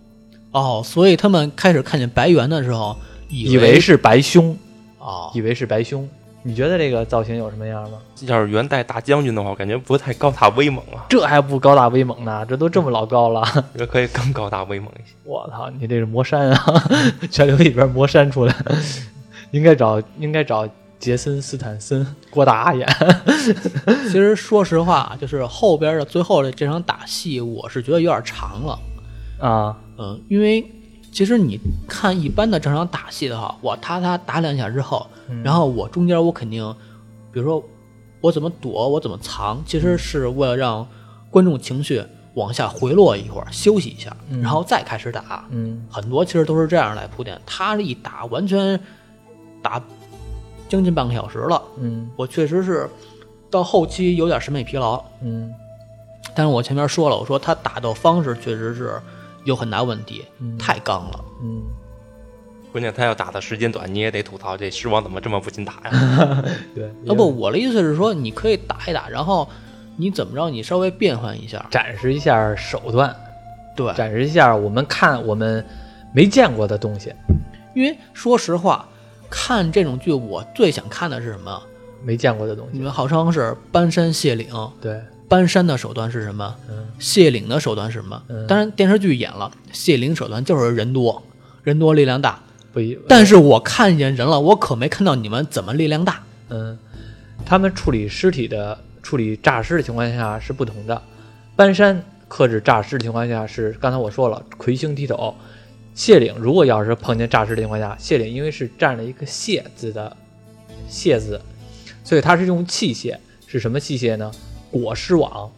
Speaker 3: 哦，所以他们开始看见白猿的时候，以
Speaker 1: 以为是白胸，
Speaker 3: 哦，
Speaker 1: 以为是白胸。你觉得这个造型有什么样吗？
Speaker 2: 要是元代大将军的话，我感觉不太高大威猛啊，
Speaker 1: [laughs] 这还不高大威猛呢？这都这么老高了， [laughs]
Speaker 2: 我觉得可以更高大威猛一些。
Speaker 1: 我操！你这是魔山啊， [laughs] 全流里边魔山出来， [laughs] 应该找应该找杰森斯坦森郭达演。
Speaker 3: 其实说实话，就是后边的最后的这场打戏，我是觉得有点长了。
Speaker 1: 啊，
Speaker 3: 嗯，因为其实你看一般的正常打戏的话，我他他打两下之后，然后我中间我肯定，比如说我怎么躲，我怎么藏，其实是为了让观众情绪往下回落一会儿，休息一下，然后再开始打。
Speaker 1: 嗯
Speaker 3: 很多其实都是这样来铺垫，他一打完全打将近半个小时了，
Speaker 1: 嗯
Speaker 3: 我确实是到后期有点审美疲劳。
Speaker 1: 嗯
Speaker 3: 但是我前面说了，我说他打斗方式确实是有很大问题，
Speaker 1: 嗯
Speaker 3: 太刚了。
Speaker 1: 嗯，
Speaker 2: 关键他要打的时间短，你也得吐槽这狮王怎么这么不禁打呀？
Speaker 1: 对，
Speaker 3: 要不，我的意思是说，你可以打一打，然后你怎么着，你稍微变换一下。
Speaker 1: 展示一下手段，
Speaker 3: 对，
Speaker 1: 展示一下我们看我们没见过的东西，
Speaker 3: 因为说实话，看这种剧我最想看的是什么？
Speaker 1: 没见过的东
Speaker 3: 你
Speaker 1: 西。
Speaker 3: 们号称是搬山卸岭，
Speaker 1: 对，
Speaker 3: 搬山的手段是什么？
Speaker 1: 嗯
Speaker 3: 卸岭的手段是什么？
Speaker 1: 嗯
Speaker 3: 当然电视剧演了，卸岭手段就是人多，人多力量大。
Speaker 1: 不一。
Speaker 3: 但是我看见人了，我可没看到你们怎么力量大。
Speaker 1: 嗯，他们处理尸体的、处理诈尸的情况下是不同的。搬山克制诈尸的情况下是，刚才我说了，魁星踢肘。谢岭如果要是碰见诈尸的情况下，谢岭因为是占了一个“谢”字的“谢”字，所以它是用器械，是什么器械呢？裹尸网，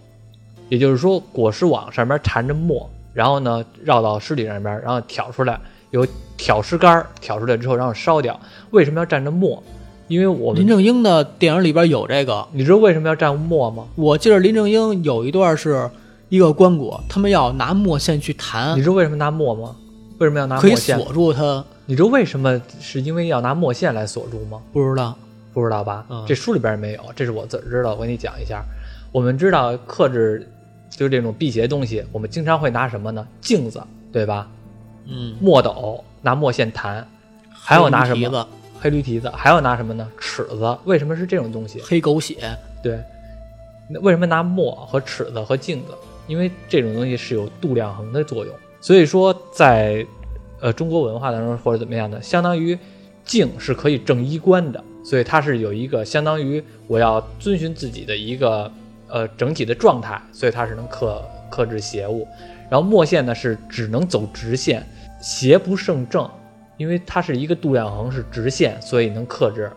Speaker 1: 也就是说裹尸网上面缠着墨，然后呢绕到尸体上边，然后挑出来，有挑尸杆儿挑出来之后，然后烧掉。为什么要蘸着墨？因为我们
Speaker 3: 林正英的电影里边有这个，
Speaker 1: 你知道为什么要蘸墨吗？
Speaker 3: 我记得林正英有一段是一个棺椁，他们要拿墨线去弹
Speaker 1: 你，知道为什么拿墨吗？为什么要拿
Speaker 3: 可以
Speaker 1: 墨线？
Speaker 3: 锁住他，
Speaker 1: 你知道为什么是因为要拿墨线来锁住吗？
Speaker 3: 不知道。
Speaker 1: 不知道吧？
Speaker 3: 嗯
Speaker 1: 这书里边没有，这是我自知道。我给你讲一下，我们知道克制就是这种辟邪东西，我们经常会拿什么呢？镜子，对吧？
Speaker 3: 嗯，
Speaker 1: 墨斗，拿墨线弹，还有拿什
Speaker 3: 黑
Speaker 1: 么？
Speaker 3: 蹄
Speaker 1: 黑驴蹄子，还有拿什么呢？尺子。为什么是这种东西
Speaker 3: 子、？黑狗血，
Speaker 1: 对，那为什么拿墨和尺子和镜子？因为这种东西是有度量衡的作用，所以说在呃中国文化当中或者怎么样的，相当于镜是可以正衣冠的，所以它是有一个相当于我要遵循自己的一个呃整体的状态，所以它是能克克制邪物。然后墨线呢是只能走直线，邪不胜正，因为它是一个度量衡是直线，所以能克制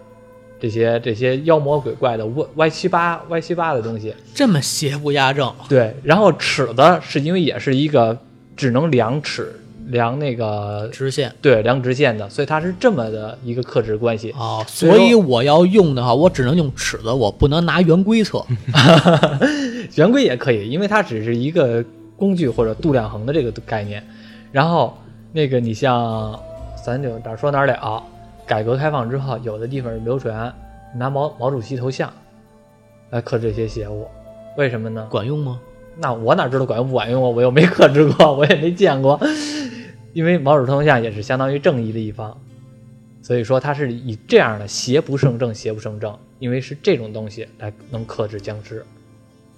Speaker 1: 这些这些妖魔鬼怪的歪歪七八歪七八的东西。
Speaker 3: 这么邪不压正，
Speaker 1: 对，然后尺子是因为也是一个只能量尺量那个
Speaker 3: 直线。
Speaker 1: 对量直线的，所以它是这么的一个克制关 [laughs] 系。
Speaker 3: 哦，
Speaker 1: 所以
Speaker 3: 所以
Speaker 1: 说
Speaker 3: 我要用的话，我只能用尺子，我不能拿圆规测。
Speaker 1: 圆规也可以，因为它只是一个工具或者度量衡的这个概念。然后那个你像咱就哪儿说哪儿了，改革开放之后，有的地方流传拿毛毛主席头像来克制这些邪物，为什么呢？
Speaker 3: 管用吗？
Speaker 1: 那我哪知道管用不管用啊？我又没克制过，我也没见过。因为毛主席头像也是相当于正义的一方，所以说他是以这样的邪不胜正，邪不胜正，因为是这种东西来能克制僵尸，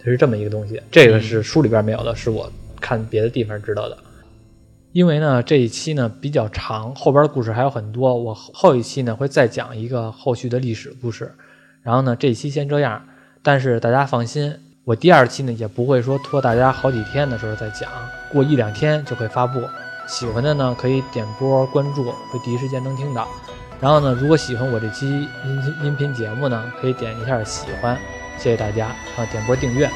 Speaker 1: 它是这么一个东西。这个是书里边没有的，是我看别的地方知道的。因为呢，这一期呢比较长，后边的故事还有很多，我后一期呢会再讲一个后续的历史故事。然后呢，这一期先这样，但是大家放心，我第二期呢也不会说拖大家好几天的时候再讲，过一两天就会发布。喜欢的呢可以点播关注，会第一时间能听到。然后呢，如果喜欢我这期音音频节目呢，可以点一下喜欢，谢谢大家，啊，点播订阅，